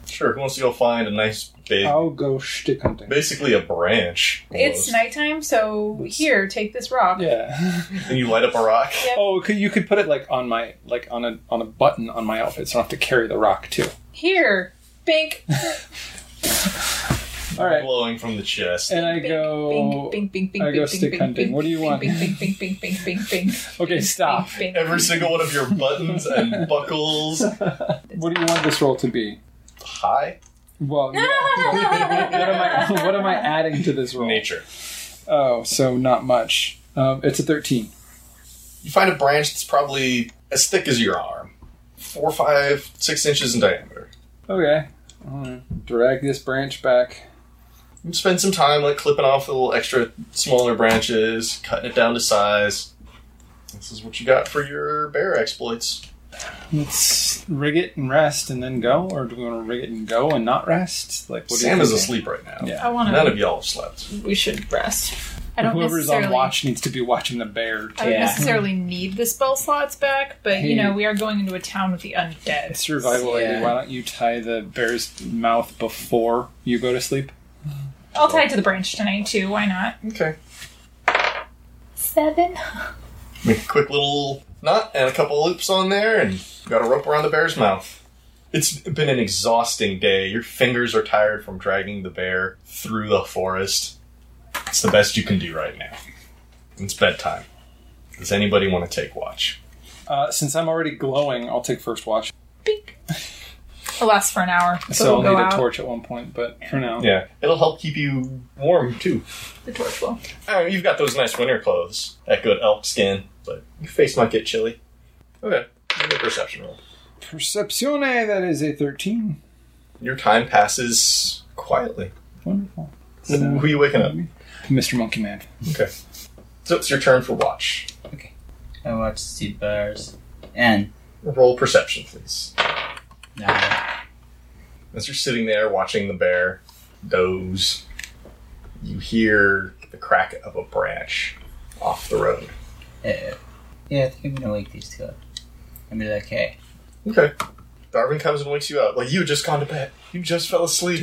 A: Sure, who wants to go find a nice big,
C: I'll go shtick hunting.
A: basically a branch?
B: It's
A: almost,
B: nighttime, so here, take this rock.
C: Yeah.
A: And you light up a rock.
C: Oh, could, you could put it like on my like on a on a button on my outfit, so I don't have to carry the rock too.
B: Here, bink,
C: All right,
A: Blowing from the chest.
C: and I
B: bink,
C: go.
B: bink, bink, bink, bink,
C: I go
B: bink,
C: stick
B: bink, bink,
C: hunting.
B: bink,
C: What do you
B: bink,
C: want?
B: Bink, bink, bink, bink, bink, bink, bink.
C: Okay, stop.
B: Bink, bink.
A: Every single one of your buttons and buckles.
C: What do you want this roll to be?
A: High
C: Well, yeah. what, am I, what am I adding to this roll?
A: nature.
C: Oh, so not much. Um, it's a thirteen.
A: You find a branch that's probably as thick as your arm, four, five, six inches in diameter.
C: Okay. Um, Drag this branch back.
A: You spend some time like clipping off the little extra smaller branches, cutting it down to size. This is what you got for your bear exploits.
C: Let's rig it and rest, and then go, or do we want to rig it and go and not rest? Like, what do
A: Sam
C: you
A: is
C: thinking?
A: asleep right now.
C: Yeah.
B: I want
A: None
B: to.
A: of y'all have slept.
B: We should rest. I don't
C: Whoever's
B: necessarily.
C: on watch needs to be watching the bear.
B: I don't
D: Yeah.
B: necessarily need the spell slots back, but
C: Hey.
B: you know we are going into a town with the undead.
C: Survival
D: Yeah.
C: lady, why don't you tie the bear's mouth before you go to sleep?
B: I'll tie it to the branch tonight too. Why not?
C: Mm-hmm.
A: Okay.
B: Seven.
A: Make a quick little knot and a couple loops on there, and you got a rope around the bear's mouth. It's been an exhausting day. Your fingers are tired from dragging the bear through the forest. It's the best you can do right now. It's bedtime. Does anybody want to take watch?
C: Uh, since I'm already glowing, I'll take first watch.
B: Bink. It'll last for an hour, so,
C: So
B: we'll
C: I'll
B: go
C: need
B: out.
C: a torch at one point, but for now.
A: Yeah, it'll help keep you warm too.
B: The torch will.
A: Oh, you've got those nice winter clothes, that good elk skin, but your face might get chilly. Okay, make a perception roll.
C: Percepcione, that is a 13.
A: Your time passes quietly.
C: Wonderful.
A: Who are you waking up?
C: Mr. Monkey Man.
A: Okay. So it's your turn for watch.
D: I watched Steve Bars. And
A: Roll perception, please.
D: uh,
A: As you're sitting there watching the bear doze, you hear the crack of a branch off the road.
D: uh, yeah, I think I'm gonna wake these two up. And be like, hey,
A: Okay. Darwin comes and wakes you up. Like, you had just gone to bed. You just fell asleep.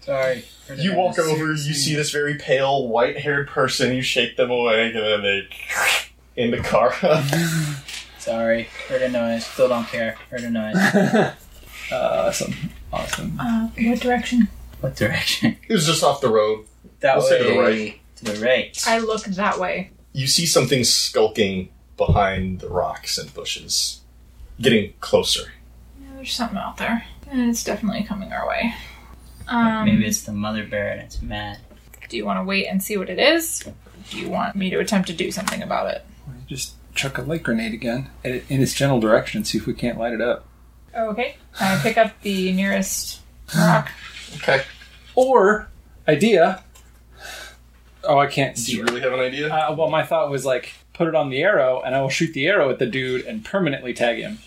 D: sorry. for the
A: You walk
D: unnecessary
A: over, you
D: scene."
A: see this very pale, white haired person, you shake them away, and then they in the car.
D: Sorry, heard a noise. Still don't care. Heard a noise.
C: awesome. Uh, Awesome.
B: Uh, what direction?
D: what direction?
A: it was just off the road.
D: That
A: Let's
D: way.
A: say to the right.
D: To the right.
B: I look that way.
A: You see something skulking behind the rocks and bushes, getting closer.
B: Yeah, there's something out there, and it's definitely coming our way. Um,
D: Maybe it's the mother bear and it's mad.
B: Do you want to wait and see what it is? Do you want me to attempt to do something about it?
C: Just chuck a light grenade again at it- in its general direction and see if we can't light it up.
B: Okay. I pick up the nearest rock.
A: Okay.
C: Or, idea. Oh, I can't
A: Do
C: see.
A: you really have an idea?
C: Uh, well, my thought was like, put it on the arrow, and I will shoot the arrow at the dude and permanently tag him.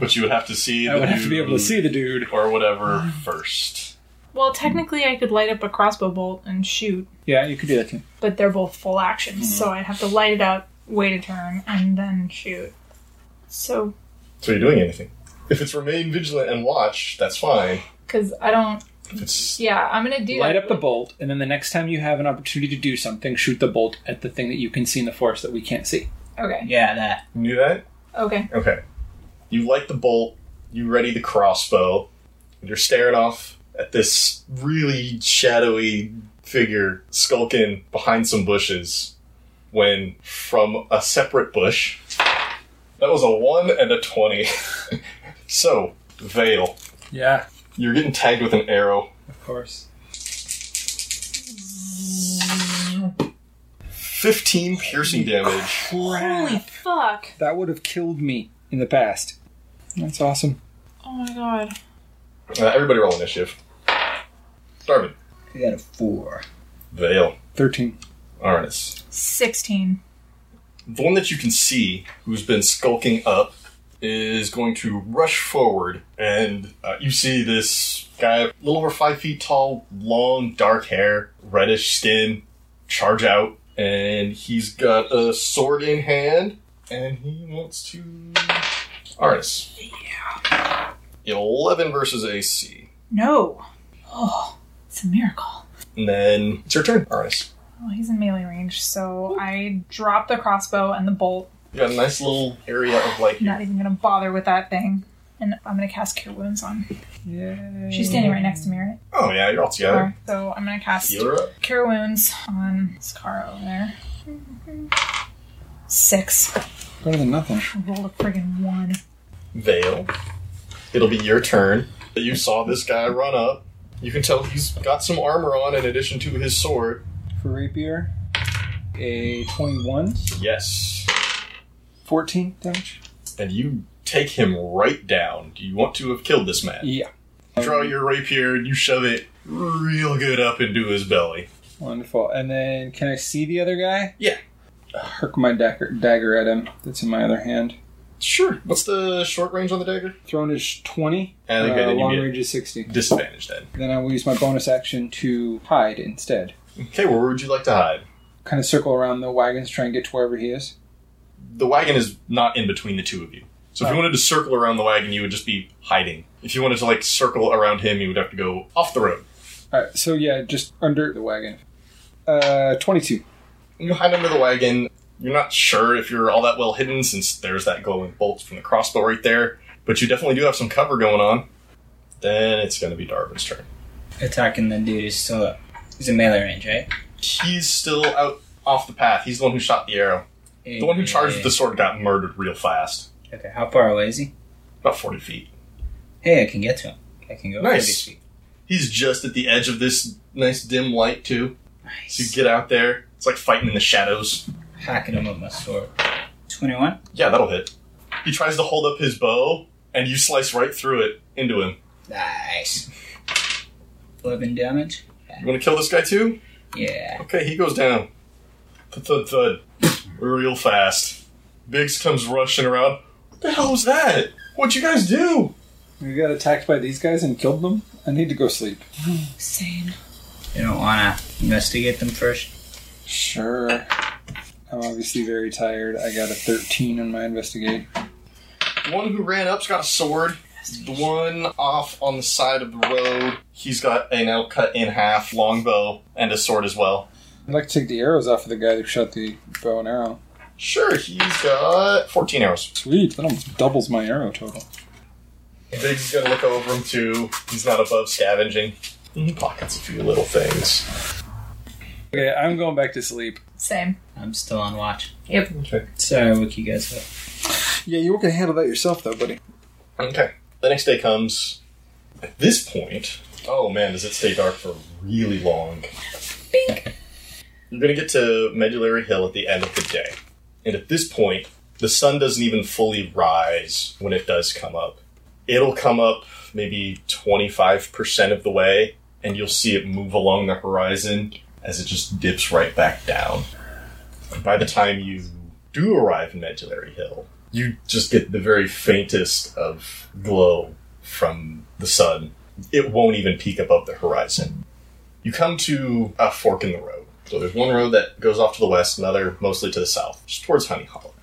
A: But you would have to see.
C: I
A: the
C: would have to be able to
A: dude
C: see the dude.
A: or whatever first.
B: Well, technically, I could light up a crossbow bolt and shoot,
C: Yeah, you could do that too.
B: but they're both full actions, so I'd have to light it up, wait a turn, and then shoot. So,
A: So you're doing anything. If it's remain vigilant and watch, that's fine.
B: because I don't.
A: If it's
B: Yeah, I'm gonna do
C: Light
B: that.
C: up the bolt, and then the next time you have an opportunity to do something, shoot the bolt at the thing that you can see in the forest that we can't see.
B: Okay.
D: Yeah, that.
A: you knew that,
B: Okay.
A: Okay. You light the bolt, you ready the crossbow, and you're staring off at this really shadowy figure skulking behind some bushes when from a separate bush. That was a 1 and a 20. so, Veil,
C: Yeah,
A: you're getting tagged with an arrow.
C: of course.
A: 15 piercing damage.
B: Holy fuck!
C: That would have killed me in the past. That's awesome.
B: Oh my god.
A: Uh, everybody roll initiative. Starvin.
D: I got a four.
A: Veil.
C: 13.
A: Arnis.
B: 16.
A: The one that you can see, who's been skulking up, is going to rush forward, and uh, you see this guy, a little over five feet tall, long, dark hair, reddish skin, charge out, and he's got a sword in hand, and he wants to. Arnis. Yeah. 11 versus AC.
B: No. Oh, it's a miracle.
A: And then it's your turn, Arnis.
B: Well, he's in melee range, so I drop the crossbow and the bolt.
A: You got a nice little area of like.
B: Not even gonna bother with that thing. And I'm gonna cast Cure Wounds on.
C: Yeah.
B: She's standing right next to me, right?
A: Oh, yeah, you're all together.
B: Or- So I'm gonna cast
A: You're up.
B: Cure Wounds on Scar over there. Six.
C: Better than nothing.
B: I rolled a friggin' one.
A: Vale. It'll be your turn. You saw this guy run up. You can tell he's got some armor on in addition to his sword.
C: For rapier, a 21.
A: Yes.
C: 14 damage.
A: And you take him right down. Do you want to have killed this man?
C: Yeah.
A: Draw your rapier and you shove it real good up into his belly.
C: Wonderful. And then, can I see the other guy?
A: Yeah.
C: Hook my dagger, dagger at him. That's in my other hand.
A: Sure. What's the short range on the dagger?
C: Thrown is 20.
A: And okay,
C: uh,
A: then you
C: long
A: get-
C: range is 60.
A: Disadvantage then.
C: Then I will use my bonus action to hide instead.
A: Okay, where would you like to hide?
C: Kind of circle around the wagons, try and get to wherever he is.
A: The wagon is not in between the two of you. So if you
C: Oh.
A: wanted to circle around the wagon, you would just be hiding. If you wanted to like circle around him, you would have to go off the road.
C: Alright, so yeah, just under the wagon. Uh, 22.
A: You hide under the wagon. You're not sure if you're all that well hidden since there's that glowing bolt from the crossbow right there, but you definitely do have some cover going on. Then it's going to be Darwin's turn.
D: Attacking the dude is still up. He's in melee range, right?
A: He's still out off the path. He's the one who shot the arrow. The one who charged with the sword got murdered real fast.
D: Okay, how far away is he?
A: About 40 feet.
D: Hey, I can get to him. I can go
A: Nice.
D: 40 feet.
A: He's just at the edge of this nice dim light, too. So you
D: Nice.
A: get out there. It's like fighting in the shadows.
D: Hacking him with my sword. 21?
A: Yeah, that'll hit. He tries to hold up his bow, and you slice right through it into him.
D: Nice. 11 damage?
A: You want to kill this guy, too?
D: Yeah.
A: Okay, he goes down. Thud, thud, thud. Real fast. Biggs comes rushing around. What the hell was that? What'd you guys do?
C: We got attacked by these guys and killed them. I need to go sleep.
B: Insane.
D: You don't want to investigate them first?
C: Sure. I'm obviously very tired. I got a 13 on my investigate.
A: The one who ran up's got a sword. The one off on the side of the road, he's got a now cut in half longbow and a sword as well.
C: I'd like to take the arrows off of the guy who shot the bow and arrow.
A: Sure, he's got 14 arrows.
C: Sweet, that almost doubles my arrow total.
A: Biggs is gonna look over him too. He's not above scavenging. He pockets a few little things.
C: Okay, I'm going back to sleep.
B: Same.
D: I'm still on watch.
A: Okay.
D: Sorry, I woke you guys up.
C: Yeah, you can handle that yourself, though, buddy.
A: Okay. The next day comes. At this point, oh man, does it stay dark for really long?
B: Bink.
A: You're gonna get to Medullary Hill at the end of the day, and at this point, the sun doesn't even fully rise when it does come up. It'll come up maybe 25% of the way, and you'll see it move along the horizon as it just dips right back down. And by the time you do arrive in Medullary Hill, you just get the very faintest of glow from the sun. It won't even peak above the horizon. You come to a fork in the road. So there's one road that goes off to the west, another mostly to the south, just towards Honey Hollow.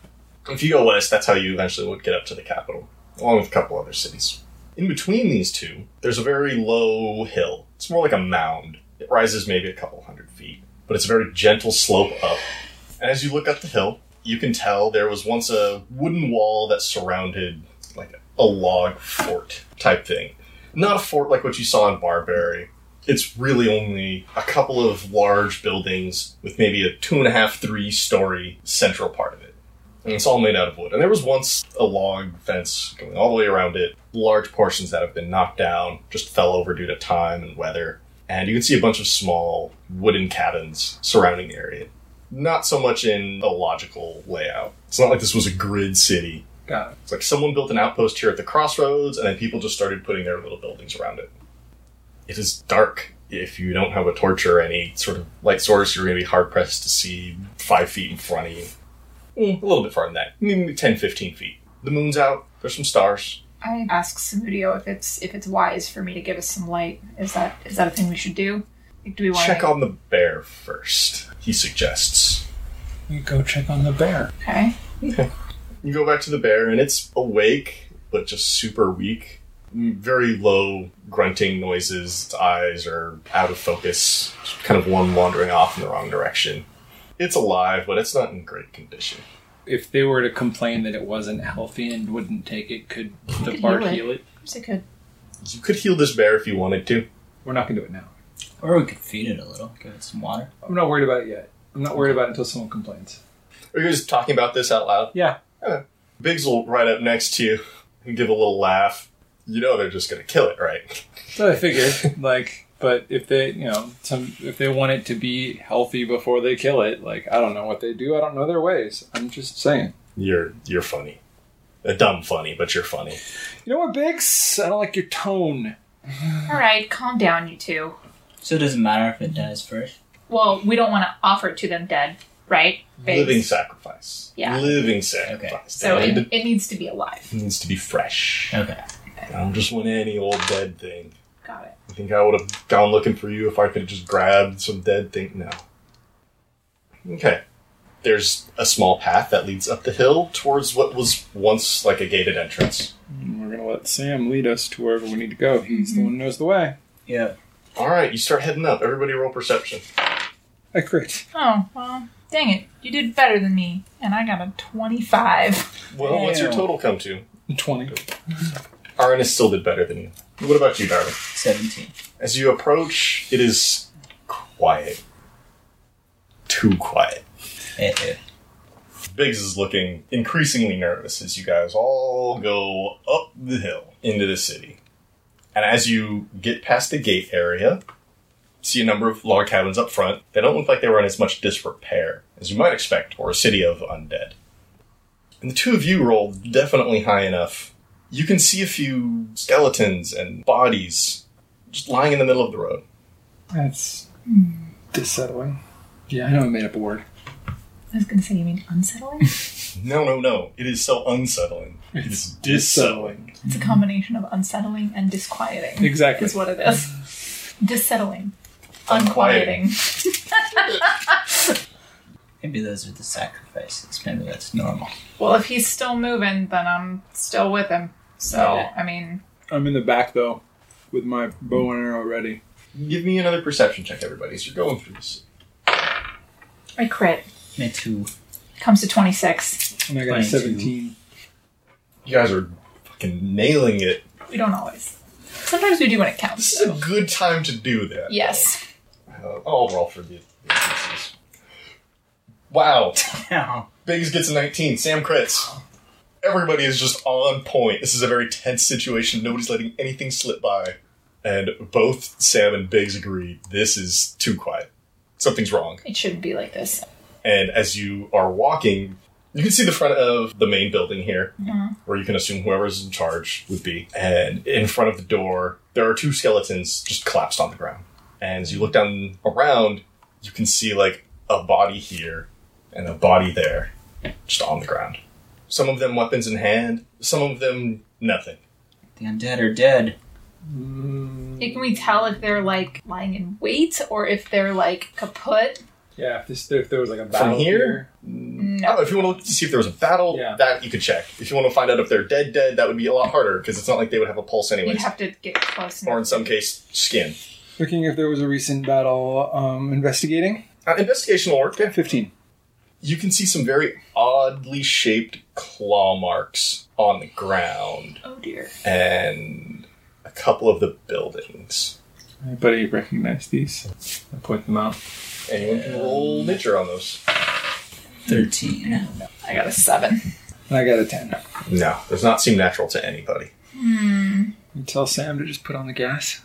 A: If you go west, that's how you eventually would get up to the capital, along with a couple other cities. In between these two, there's a very low hill. It's more like a mound. It rises maybe a couple hundred feet, but it's a very gentle slope up. And as you look up the hill, you can tell there was once a wooden wall that surrounded like a log fort type thing. Not a fort like what you saw in Barberry. It's really only a couple of large buildings with maybe a two and a half, three story central part of it. And it's all made out of wood. And there was once a log fence going all the way around it, large portions that have been knocked down, just fell over due to time and weather. And you can see a bunch of small wooden cabins surrounding the area not so much in a logical layout. It's not like this was a grid city.
C: Got it.
A: It's like someone built an outpost here at the crossroads, and then people just started putting their little buildings around it. It is dark. If you don't have a torch or any sort of light source, you're going to be hard pressed to see five feet in front of you. Mm, a little bit farther than that. Maybe 10, 15 feet. The moon's out. There's some stars.
B: I ask Samudio if it's if it's wise for me to give us some light. Is that is that a thing we should do? Like, do we want
A: Check
B: to
A: on the bear first, he suggests.
C: You go check on the bear.
B: Okay.
A: You go back to the bear, and it's awake, but just super weak. Very low grunting noises. Its eyes are out of focus, just kind of one wandering off in the wrong direction. It's alive, but it's not in great condition.
C: If they were to complain that it wasn't healthy and wouldn't take it, could the
B: could
C: bard
B: heal it.
C: heal it?
B: It's a good
A: You could heal this bear if you wanted to.
C: We're not gonna do it now.
D: Or we could feed it a little, give it some water.
C: I'm not worried about it yet. I'm not worried about it until someone complains.
A: Are you guys talking about this out loud?
C: Yeah.
A: Okay. Biggs will right up next to you and give a little laugh. You know they're just going to kill it, right?
C: So I figured, like, but if they, you know, some if they want it to be healthy before they kill it, like, I don't know what they do. I don't know their ways. I'm just saying.
A: You're you're funny. A dumb funny, but you're funny.
C: You know what, Biggs? I don't like your tone.
B: Alright, calm down you two.
D: So it doesn't matter if it dies first.
B: Well, we don't want to offer it to them dead, right? Biggs?
A: Living sacrifice.
B: Yeah.
A: Living sacrifice.
B: So
A: They need
B: it,
A: to
B: it needs to be alive.
A: It needs to be fresh.
D: Okay.
A: I don't just want any old dead thing.
B: Got it.
A: I think I would have gone looking for you if I could have just grabbed some dead thing. No. Okay. There's a small path that leads up the hill towards what was once like a gated entrance.
C: And We're gonna let Sam lead us to wherever we need to go. He's
B: Mm-hmm.
C: the one who knows the way.
D: Yeah.
A: All right, you start heading up. Everybody roll perception.
C: I crit.
B: Oh, well, dang it. You did better than me, and I got a 25.
A: Well, what's your
D: Damn.
A: total come to?
C: Twenty.
A: Arnis still did better than you. What about you, Darwin?
D: 17.
A: As you approach, it is quiet. Too quiet.
D: Eh, eh.
A: Biggs is looking increasingly nervous as you guys all go up the hill into the city. And as you get past the gate area, see a number of log cabins up front. They don't look like they were in as much disrepair as you might expect for a city of undead. And the two of you roll definitely high enough. You can see a few skeletons and bodies just lying in the middle of the road.
C: That's
B: Mm.
C: dissettling. Yeah, I know I made up a word.
B: I was going to say, you mean unsettling?
A: No, no, no. It is so unsettling. It's dissettling.
B: It's a combination of unsettling and disquieting.
C: Exactly.
B: Is what it is. Dissettling.
A: Unquieting.
B: Unquieting.
D: Maybe those are the sacrifices. Maybe that's normal.
B: Well, if he's still moving, then I'm still with him. So,
D: Yeah.
B: I mean,
C: I'm in the back though, with my bow and arrow ready.
A: Give me another perception check, everybody, as you're going through this.
B: I crit.
D: Me too.
B: Comes to 26.
C: And I got a
D: Twenty-two.
C: seventeen.
A: You guys are fucking nailing it.
B: We don't always. Sometimes we do when it counts.
A: This is a good time to do that.
B: Yes.
A: Uh, I'll roll for the. the pieces. Wow. Biggs gets a 19. Sam crits. Everybody is just on point. This is a very tense situation. Nobody's letting anything slip by. And both Sam and Biggs agree this is too quiet. Something's wrong.
B: It shouldn't be like this.
A: And as you are walking, you can see the front of the main building here, where you can assume whoever's in charge would be. And in front of the door, there are two skeletons just collapsed on the ground. And as you look down around, you can see like a body here and a body there, just on the ground. Some of them weapons in hand, some of them nothing.
D: The undead are dead.
B: Yeah, Can we tell if they're like lying in wait or if they're like kaput?
C: Yeah, if, this, if there was like a
A: From
C: battle
A: here, I don't know,
B: No.
A: if you want to look to see if there was a battle,
C: Yeah.
A: that you could check. If you want to find out if they're dead, dead, that would be a lot harder because it's not like they would have a pulse
B: You'd
A: anyways.
B: have to get close.
A: or in some case, skin.
C: looking if there was a recent battle, um, investigating.
A: Uh, investigation will work.
C: Yeah, fifteen.
A: you can see some very oddly shaped claw marks on the ground
B: Oh dear.
A: and a couple of the buildings.
E: Anybody recognize these? I point them out.
A: Anyone can roll nature on those?
D: 13.
B: I got a seven.
E: I got a 10.
A: No, does not seem natural to anybody.
E: You tell Sam to just put on the gas.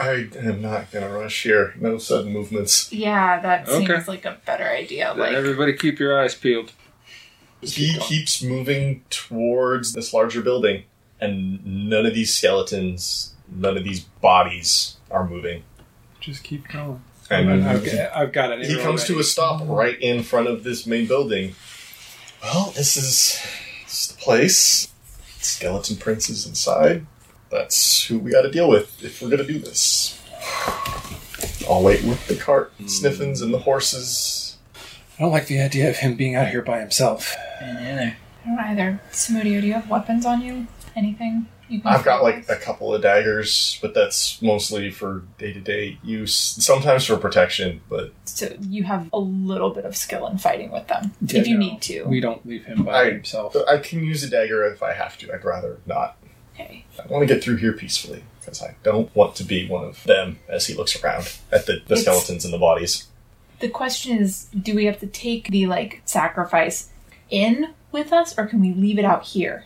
A: I am not gonna rush here. No sudden movements.
B: Yeah, that
E: Okay.
B: seems like a better idea. Like,
E: Everybody keep your eyes peeled.
A: He keeps moving towards this larger building, and none of these skeletons, none of these bodies are moving.
E: Just keep going.
A: And
C: I've, got- I've got an
A: he
C: arrow
A: comes to
C: ready.
A: a stop right in front of this main building. Well, this is, this is the place. Skeleton Prince is inside. That's who we got to deal with if we're going to do this. I'll wait with the cart, sniffins, and the horses.
C: I don't like the idea of him being out here by himself.
B: I don't either. Smoodio, do you have weapons on you? Anything? You can
A: I've got like
B: use?
A: a couple of daggers, but that's mostly for day to day use. Sometimes for protection, but
B: So you have a little bit of skill in fighting with them
C: Yeah,
B: if you
C: no.
B: need to.
C: We don't leave him by
A: I-
C: himself.
A: I can use a dagger if I have to. I'd rather not.
B: okay.
A: I want to get through here peacefully because I don't want to be one of them as he looks around at the, the
B: It's-
A: skeletons and the bodies.
B: The question is, do we have to take the like sacrifice in with us, or can we leave it out here?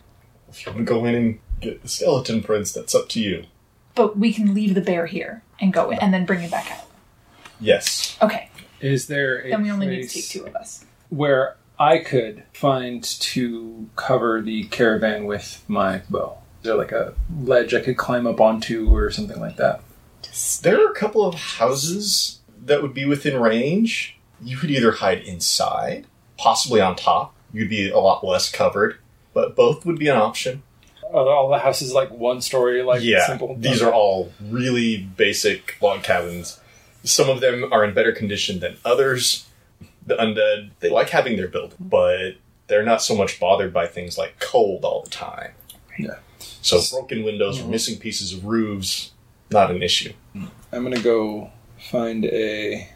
A: If you want to go in and get the skeleton prince, that's up to you.
B: But we can leave the bear here and go in, and then bring it back out.
A: Yes.
B: Okay,
C: Is there a
B: then we only need to
C: place
B: take two of us.
C: where I could find to cover the caravan with my bow? Is there like a ledge I could climb up onto or something like that?
A: There are a couple of houses that would be within range. You could either hide inside, possibly on top. You'd be a lot less covered, but both would be an option.
C: Are all the houses like one story, like
A: yeah,
C: simple?
A: these are all really basic log cabins. Some of them are in better condition than others. The undead, they like having their build, but they're not so much bothered by things like cold all the time.
C: Yeah. Mm-hmm.
A: So broken windows or missing pieces of roofs, not an issue.
C: I'm gonna go find a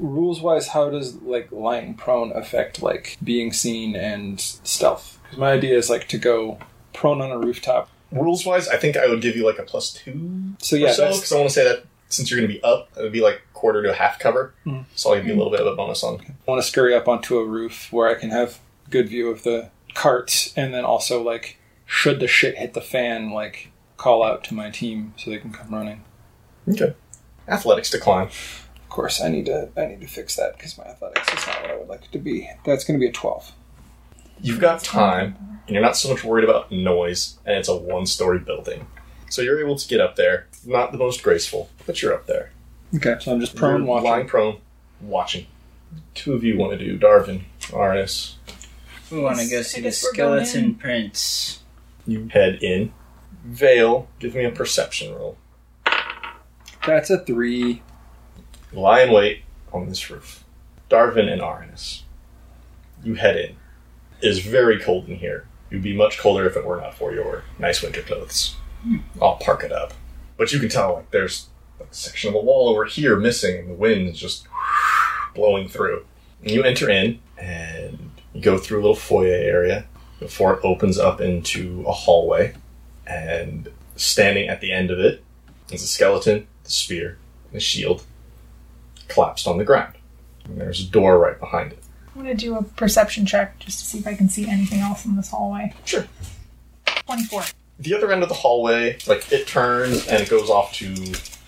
C: rules wise. How does like lying prone affect like being seen and stealth? Because my idea is like to go prone on a rooftop.
A: Rules wise, I think I would give you like a plus two
C: So
A: or
C: yeah,
A: so,
C: that's,
A: because I want to say that since you're going to be up, it would be like quarter to half cover.
C: Mhm.
A: So I'll give you a little bit of a bonus on.
C: I want to scurry up onto a roof where I can have good view of the carts, and then also like should the shit hit the fan, like call out to my team so they can come running.
A: Okay. Athletics decline.
C: Of course, I need to I need to fix that because my athletics is not what I would like it to be. That's gonna be a twelve.
A: You've got time, and you're not so much worried about noise, and it's a one story building. So you're able to get up there. Not the most graceful, but you're up there.
C: Okay, so I'm just prone
A: You're
C: watching.
A: Lying prone, watching. Two of you want to do Darvin, Arnis.
D: We want to go
B: I
D: see the
B: guess we're going
D: skeleton
B: in.
D: prince.
A: You head in. Vale, give me a perception roll.
C: That's a three.
A: Lie in wait on this roof. Darvin and Arnis. You head in. It is very cold in here. It would be much colder if it were not for your nice winter clothes. I'll park it up. But you can tell, like, there's like, a section of the wall over here missing, and the wind is just blowing through. And you enter in, and you go through a little foyer area before it opens up into a hallway. And standing at the end of it is a skeleton, the spear, and a shield collapsed on the ground. And there's a door right behind it.
B: I want to do a perception check just to see if I can see anything else in this hallway.
A: Sure.
B: Twenty-four.
A: The other end of the hallway, like it turns and it goes off to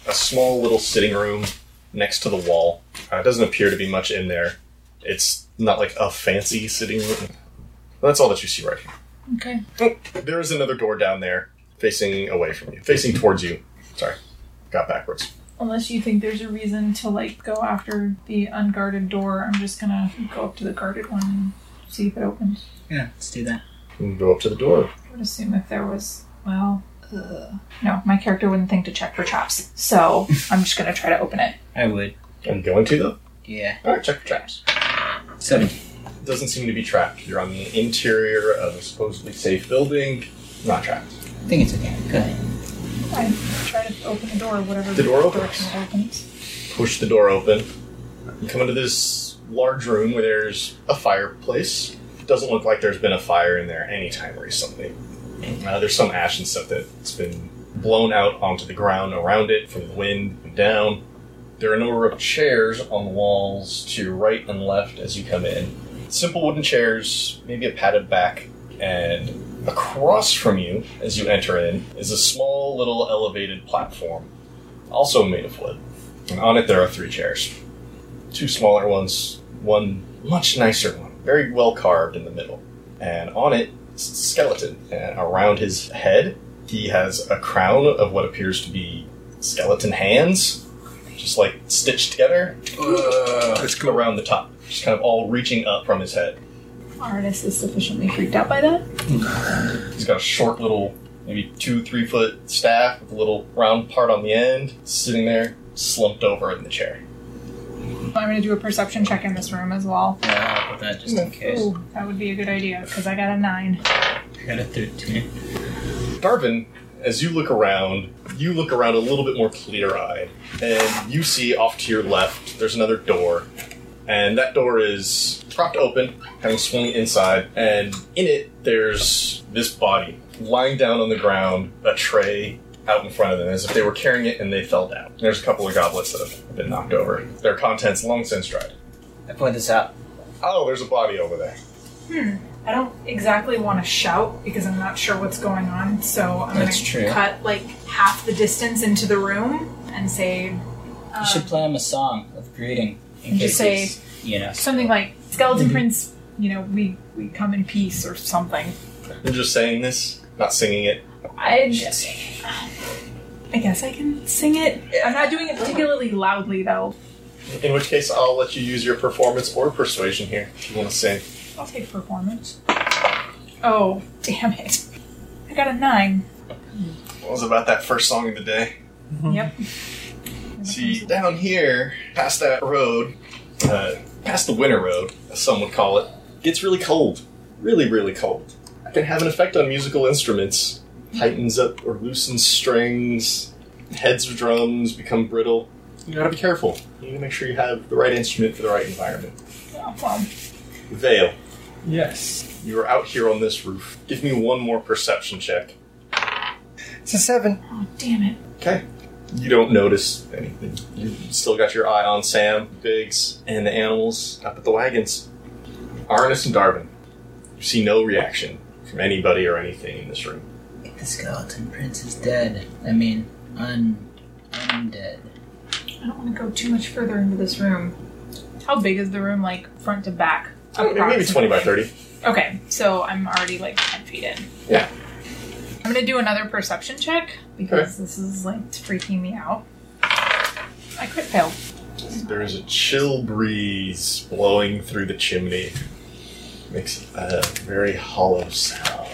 A: a small little sitting room next to the wall. Uh, it doesn't appear to be much in there. It's not like a fancy sitting room. That's all that you see right here.
B: Okay.
A: There is another door down there, facing away from you, facing towards you. Sorry, got backwards.
B: Unless you think there's a reason to like go after the unguarded door, I'm just gonna go up to the guarded one and see if it opens.
D: Yeah, let's do that.
A: You go up to the door.
B: I would assume if there was, well, uh, no, my character wouldn't think to check for traps, so I'm just gonna try to open it.
D: I would.
A: I'm going to though.
D: Yeah.
A: All right, check for traps.
D: So
A: Doesn't seem to be trapped. You're on the interior of a supposedly safe building. Not trapped.
D: I think it's okay. Go ahead.
B: I try to open the door, whatever
A: The door opens.
B: direction it opens.
A: push the door open. You come into this large room where there's a fireplace. It doesn't look like there's been a fire in there anytime recently. Uh, there's some ash and stuff that's been blown out onto the ground around it from the wind and down. There are a number of chairs on the walls to your right and left as you come in. Simple wooden chairs, maybe a padded back, and across from you as you enter in is a small little elevated platform, also made of wood. And on it there are three chairs two smaller ones, one much nicer one, very well carved in the middle. And on it is a skeleton. And around his head, he has a crown of what appears to be skeleton hands, just like stitched together.
E: Uh,
A: Let's go around the top, just kind of all reaching up from his head.
B: Arnis is sufficiently freaked out by that.
A: He's got a short little, maybe two, three foot staff with a little round part on the end, sitting there, slumped over in the chair.
B: I'm going to do a perception check in this room as well.
D: Yeah, I'll put that just in case.
B: Ooh, that would be a good idea because I got a nine.
D: I got a 13.
A: Darvin, as you look around, you look around a little bit more clear eyed, and you see off to your left there's another door, and that door is propped open, having swung inside, and in it there's this body lying down on the ground, a tray out in front of them as if they were carrying it and they fell down. There's a couple of goblets that have been knocked over, their contents long since dried.
D: I point this out.
A: Oh, there's a body over there.
B: Hmm. I don't exactly want to shout because I'm not sure what's going on, so I'm
D: That's
B: going
D: true.
B: to cut like half the distance into the room and say Uh.
D: you should play him a song of greeting. In
B: And just
D: case he's, you know,
B: uh, something like
D: Mhm.
B: "Skeleton Prince." You know, we we come in peace or something.
A: You're just saying this, not singing it.
B: I
D: You should sing it.
B: I guess I can sing it. I'm not doing it particularly loudly though.
A: In which case, I'll let you use your performance or persuasion here if you want to sing.
B: I'll take performance. Oh damn it! I got a nine.
A: What was about that first song of the day?
B: Yep.
A: See, down here, past that road, uh, past the winter road, as some would call it, gets really cold. Really, really cold. It can have an effect on musical instruments. Tightens up or loosens strings. Heads of drums become brittle. You gotta be careful. You need to make sure you have the right instrument for the right environment.
B: Oh, well,
A: Vale,
C: Yes.
A: you are out here on this roof. Give me one more perception check.
C: It's a seven.
B: oh damn it!
A: Okay. You don't notice anything. You still got your eye on Sam, Biggs, and the animals up at the wagons. Arnis and Darvin. You see no reaction from anybody or anything in this room.
D: The skeleton prince is dead. I mean, un, undead.
B: I don't want to go too much further into this room. How big is the room, like front to back?
A: I don't know, maybe 20 by 30.
B: Okay, so I'm already like 10 feet in.
A: Yeah.
B: I'm gonna do another perception check because this is like freaking me out. I crit failed.
A: There is a chill breeze blowing through the chimney. Makes a very hollow sound.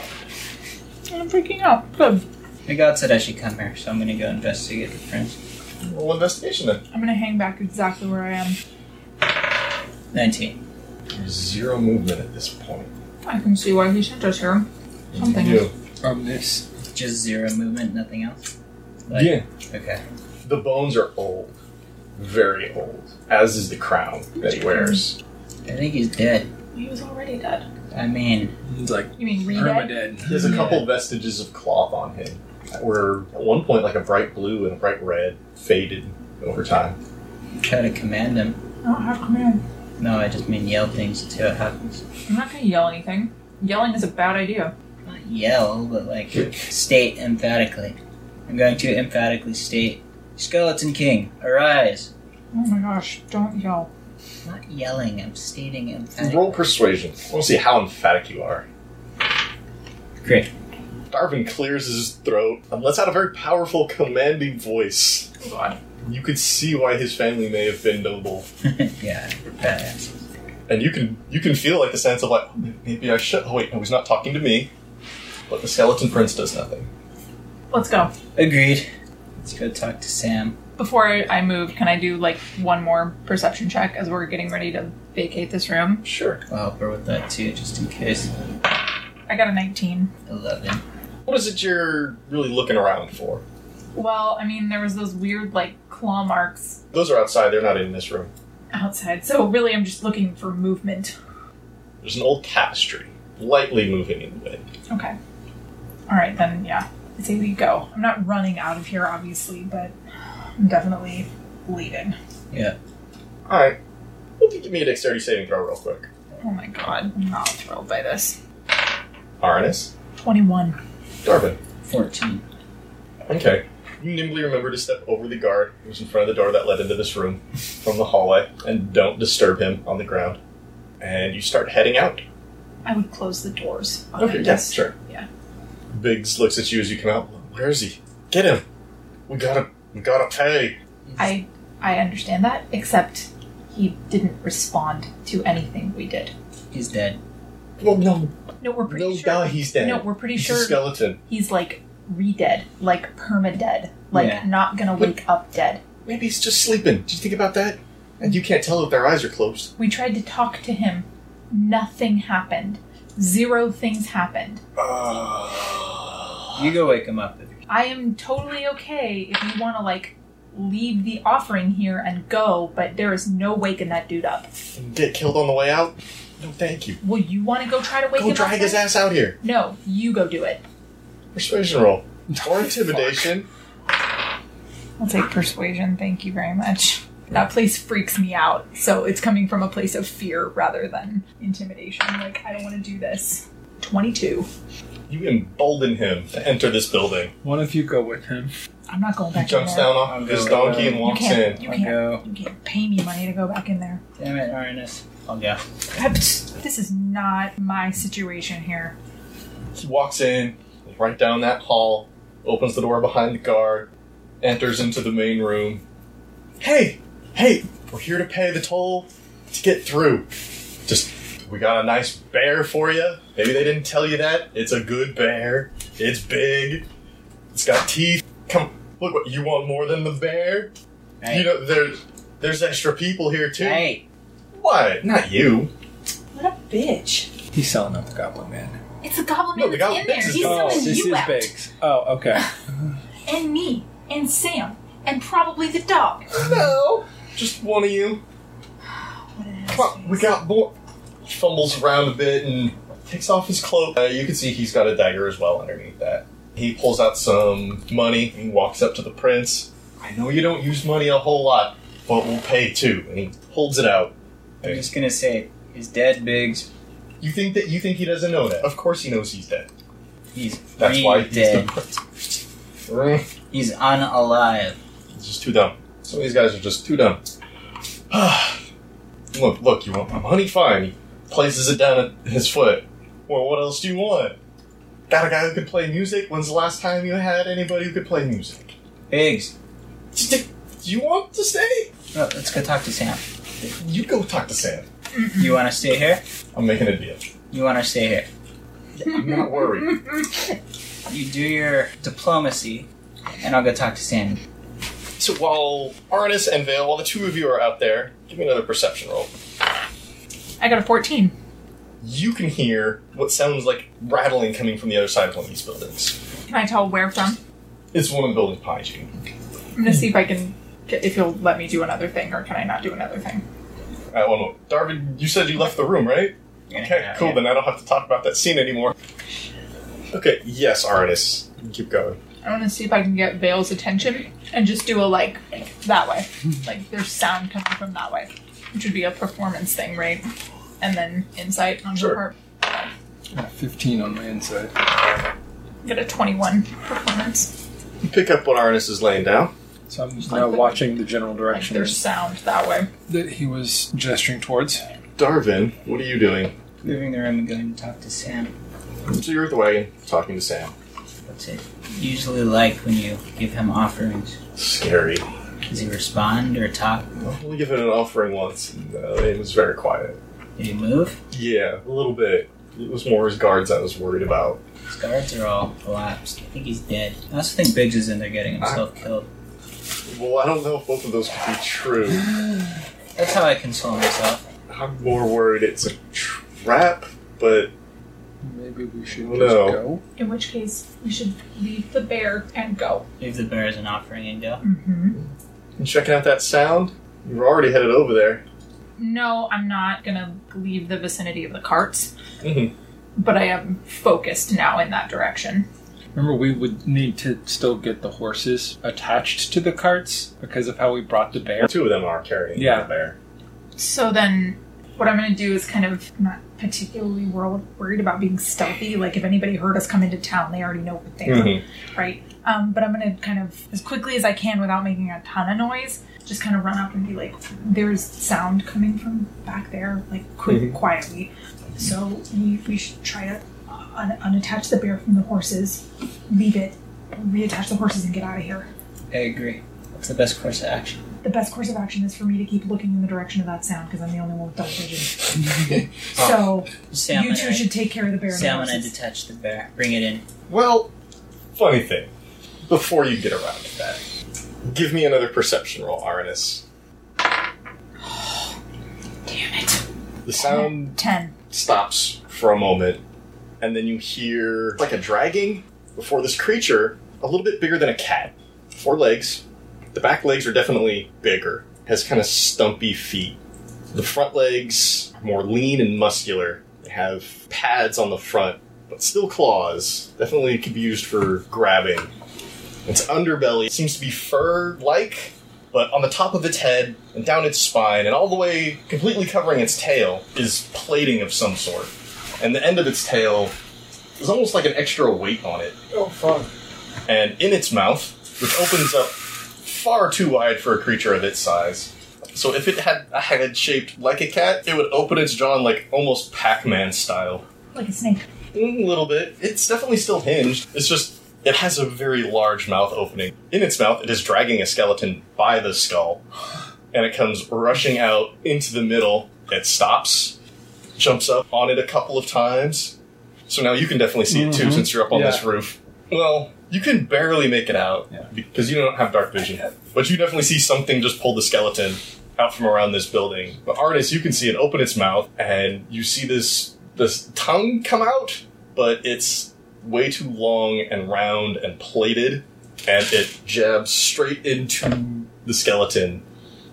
B: I'm freaking out. Good.
D: My god said I should come here, so I'm gonna go investigate the prince.
A: Well, investigation then.
B: I'm gonna hang back exactly where I am.
D: 19.
A: There's zero movement at this point.
B: I can see why he sent us here. Something.
A: You do.
E: Um,
C: From this.
D: Just zero movement, nothing else?
C: Yeah.
D: Okay.
A: The bones are old. Very old. As is the crown that he wears.
D: I think he's dead.
B: He was already dead.
D: I mean,
C: It's like
B: You mean
C: perma
B: redead?
C: dead.
A: He has a
D: Yeah.
A: couple vestiges of cloth on him that were at one point like a bright blue and a bright red, faded over time.
D: try to command him.
B: I don't have command.
D: No, I just mean yell things and see what happens.
B: I'm not gonna yell anything. Yelling is a bad idea.
D: Not yell, but like state emphatically. I'm going to emphatically state Skeleton King, arise!
B: Oh my gosh, don't yell.
D: I'm not yelling, I'm stating emphatically.
A: Roll persuasion. I want to see how emphatic you are.
D: Great.
A: Darvin clears his throat and lets out a very powerful, commanding voice.
B: Oh god.
A: You could see why his family may have been noble,
D: yeah, we're badass.
A: and you can you can feel like the sense of like "Oh, maybe I should. Oh wait, no, he's not talking to me. But the skeleton prince does nothing.
B: Let's go.
D: Agreed. Let's go talk to Sam.
B: Before I move, can I do like one more perception check as we're getting ready to vacate this room?
A: Sure.
D: I'll help her with that too, just in case.
B: I got a 19.
D: 11.
A: What is it you're really looking around for?
B: Well, I mean, there was those weird like claw marks
A: Those are outside. They're not in this room.
B: outside. So really, I'm just looking for movement.
A: There's an old tapestry lightly moving in the wind.
B: Okay. All right, then, yeah. I say we go. I'm not running out of here, obviously, but I'm definitely leaving.
A: All right. Hope you give me a dexterity saving throw real quick.
B: Oh my god, I'm not thrilled by this.
A: Arnis,
B: 21.
A: Darvin.
D: 14.
A: Okay. You nimbly remember to step over the guard who was in front of the door that led into this room from the hallway and don't disturb him on the ground. And you start heading out.
B: I would close the doors. on
A: Okay,
B: it.
A: yes, sure.
B: Yeah.
A: Biggs looks at you as you come out. Where is he? Get him! We gotta, we gotta pay.
B: I I understand that, except he didn't respond to anything we did.
D: He's dead.
A: Well, no,
B: No, we're pretty
A: no,
B: sure.
A: die, he's dead.
B: No, we're pretty
A: he's
B: sure
A: a skeleton.
B: he's like re-dead, like perma-dead, like
D: Yeah.
B: not gonna
A: But-
B: wake up dead.
A: Maybe he's just sleeping. Do you think about that? And you can't tell if their eyes are closed.
B: We tried to talk to him. Nothing happened. Zero things happened.
A: Uh,
D: You go wake him up.
B: I am totally okay if you want to like leave the offering here and go, but there is no waking that dude up.
A: And get killed on the way out? No, thank you.
B: Well, you want to go try to wake
A: Go
B: him up?
A: drag his
B: then?
A: ass out here.
B: No, you go do it.
A: Persuasion roll. Or intimidation.
B: I'll take persuasion. Thank you very much. That place freaks me out. So it's coming from a place of fear rather than intimidation. Like, I don't want to do this. 22.
A: You embolden him to enter this building.
E: What if you go with him?
B: I'm not going
A: He
B: back
A: jumps
B: in there.
A: down off of his
E: I'll go
A: donkey
E: down.
A: and
B: You
A: walks
B: can't,
A: in.
B: you
E: I'll
B: can't,
E: go.
B: you can't pay me money to go back in there.
D: Damn it, Arnis. Oh, I'll go.
B: This is not my situation here.
A: He walks in, right down that hall, opens the door behind the guard, enters into the main room. Hey! Hey! We're here to pay the toll to get through. Just, we got a nice bear for you. Maybe they didn't tell you that. It's a good bear. It's big. It's got teeth. Come, look what you want more than the bear?
D: Hey.
A: You know, there's there's extra people here too.
D: hey.
A: What? Not you.
B: What a bitch.
E: He's selling out the Goblin Man.
B: It's a goblin
A: No,
B: man
A: the
B: that's
A: goblin
B: in there.
A: bitch is
B: He's
A: gone.
E: oh,
B: selling
E: this
B: you
E: is
B: out.
E: Biggs. Oh, okay.
B: And me. And Sam. And probably the dog.
A: No. Just one of you.
B: What an
A: Come on, we got more. He fumbles around a bit and takes off his cloak. Uh, you can see he's got a dagger as well underneath that. He pulls out some money and he walks up to the prince. I know you don't use money a whole lot, but we'll pay too. And he holds it out.
D: I'm just gonna say, he's dead, Biggs.
A: You think that you think he doesn't know that? Of course he knows he's dead.
D: He's
A: That's
D: re-
A: why he's
D: dead.
A: the prince. Mm,
D: He's unalive.
A: It's just too dumb. Some of these guys are just too dumb. look, look, you want my money? Fine. He places it down at his foot. Well, what else do you want? Got a guy who can play music? When's the last time you had anybody who could play music?
D: Biggs.
A: Do you want to stay?
D: Oh, let's go talk to Sam.
A: You go talk to Sam.
D: You wanna stay here?
A: I'm making a deal.
D: You wanna stay here?
A: I'm not worried.
D: You do your diplomacy, and I'll go talk to Sam.
A: So while Arnis and Vale, while the two of you are out there, give me another perception roll.
B: I got a 14.
A: You can hear what sounds like rattling coming from the other side of one of these buildings.
B: Can I tell where from?
A: It's one of the buildings behind you.
B: I'm gonna see if I can, if you'll let me do another thing, or can I not do another thing?
A: All right, one moment. Darvin, you said you left the room, right? Okay, cool. Then I don't have to talk about that scene anymore. Okay, yes, Arnis. Keep going.
B: I want to see if I can get Vale's attention and just do a like, like that way, like there's sound coming from that way, which would be a performance thing, right? And then insight on
A: Sure.
B: her part.
E: Got 15 on my inside.
B: Get a 21 performance.
A: You pick up what Arnis is laying down.
E: So I'm now watching the general
B: Like
E: direction
B: there's sound that way.
E: that he was gesturing towards.
A: Darvin, what are you doing?
D: Leaving the room and going to talk to Sam.
A: So you're at the wagon, talking to Sam.
D: What's it usually like when you give him offerings?
A: Scary.
D: Does he respond or talk?
A: I'll only give it an offering once, and uh, it was very quiet.
D: Did he move?
A: Yeah, a little bit. It was more his guards I was worried about.
D: His guards are all collapsed. I think he's dead. I also think Biggs is in there getting
A: Ah.
D: himself killed.
A: Well, I don't know if both of those could be true.
D: That's how I console myself.
A: I'm more worried it's a trap, but
E: Maybe we should
A: No.
E: just go.
B: In which case, we should leave the bear and go.
A: Mm.
D: Leave the bear as an offering and go.
B: Mm-hmm.
A: and checking out that sound? You're already headed over there.
B: No, I'm not gonna leave the vicinity of the carts,
A: Mhm.
B: but I am focused now in that direction.
C: Remember, we would need to still get the horses attached to the carts because of how we brought the bear.
A: Two of them are carrying
C: Yeah.
A: the bear.
B: So then, what I'm gonna do is kind of I'm not particularly wor- worried about being stealthy. Like if anybody heard us come into town, they already know we're there,
A: Mhm.
B: right? Um, but I'm gonna kind of as quickly as I can without making a ton of noise, just kind of run up and be like, "There's sound coming from back there, like quick, quietly." So we, we should try to un- unattach the bear from the horses, leave it, reattach the horses, and get out of here.
D: I agree. That's the best course of action.
B: The best course of action is for me to keep looking in the direction of that sound because I'm the only one with double vision. so
D: Sam
B: you
D: and
B: two
D: I,
B: should take care of the bear. and the
D: Sam and I
B: horses.
D: detach the bear. Bring it in.
A: Well, funny thing. Before you get around to that, give me another perception roll, Arnis.
B: Damn it.
A: The sound
B: Ten.
A: stops for a moment, and then you hear like a dragging before this creature, a little bit bigger than a cat. Four legs. The back legs are definitely bigger, has kind of stumpy feet. The front legs are more lean and muscular. They have pads on the front, but still claws. Definitely could be used for grabbing. Its underbelly seems to be fur like, but on the top of its head and down its spine and all the way completely covering its tail is plating of some sort. And the end of its tail is almost like an extra weight on it.
E: Oh, fuck.
A: And in its mouth, which opens up far too wide for a creature of its size. So if it had a head shaped like a cat, it would open its jaw in like almost Pac-Man style.
B: Like a snake.
A: Mm, A little bit. It's definitely still hinged. It's just it has a very large mouth opening. In its mouth, it is dragging a skeleton by the skull, and it comes rushing out into the middle. It stops, jumps up on it a couple of times. So now you can definitely see it too, since you're up on this roof. Well, you can barely make it out
C: Yeah.
A: because you don't have dark vision, but you definitely see something just pull the skeleton out from around this building. But Arnis, you can see it open its mouth, and you see this this tongue come out, but it's way too long and round and plated, and it jabs straight into the skeleton,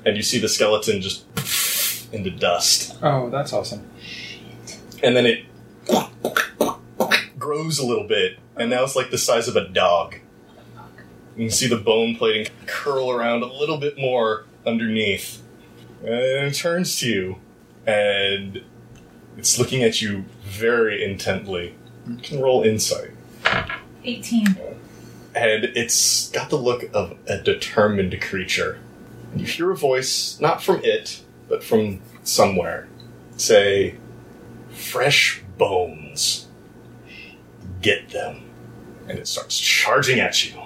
A: and you see the skeleton just into dust,
C: Oh, that's awesome.
A: and then it grows a little bit, and now it's like the size of a dog. You can see the bone plating curl around a little bit more underneath. And it turns to you, and it's looking at you very intently. You can roll insight.
B: Eighteen.
A: and it's got the look of a determined creature. And you hear a voice, not from it, but from somewhere, say, Fresh bones. Get them. And it starts charging at you.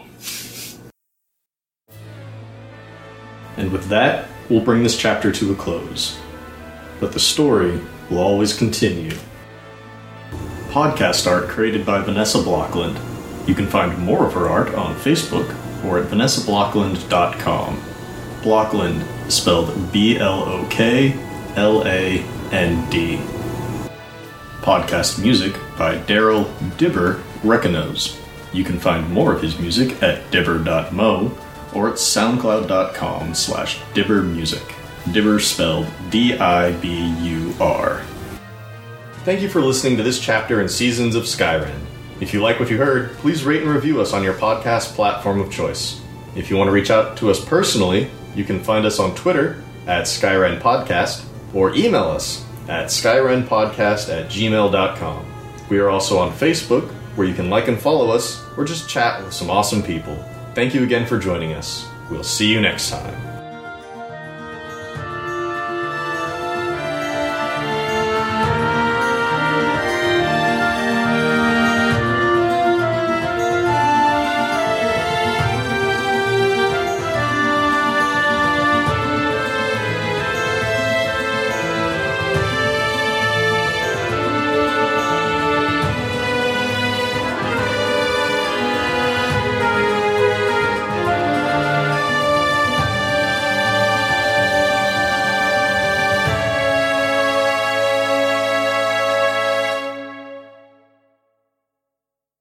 A: And with that, we'll bring this chapter to a close. But the story will always continue. Podcast art created by Vanessa Blockland. You can find more of her art on Facebook or at vanessablockland.com. Blockland is spelled B L O K L A N D. Podcast music by Daryl Dibber Reconos. You can find more of his music at dibber.mo or at soundcloud.com slash dibber music. Dibber spelled D I B U R. Thank you for listening to this chapter in Seasons of Skyrim. If you like what you heard, please rate and review us on your podcast platform of choice. If you want to reach out to us personally, you can find us on Twitter at Skyren Podcast or email us at skyrenpodcast at gmail.com. We are also on Facebook, where you can like and follow us or just chat with some awesome people. Thank you again for joining us. We'll see you next time.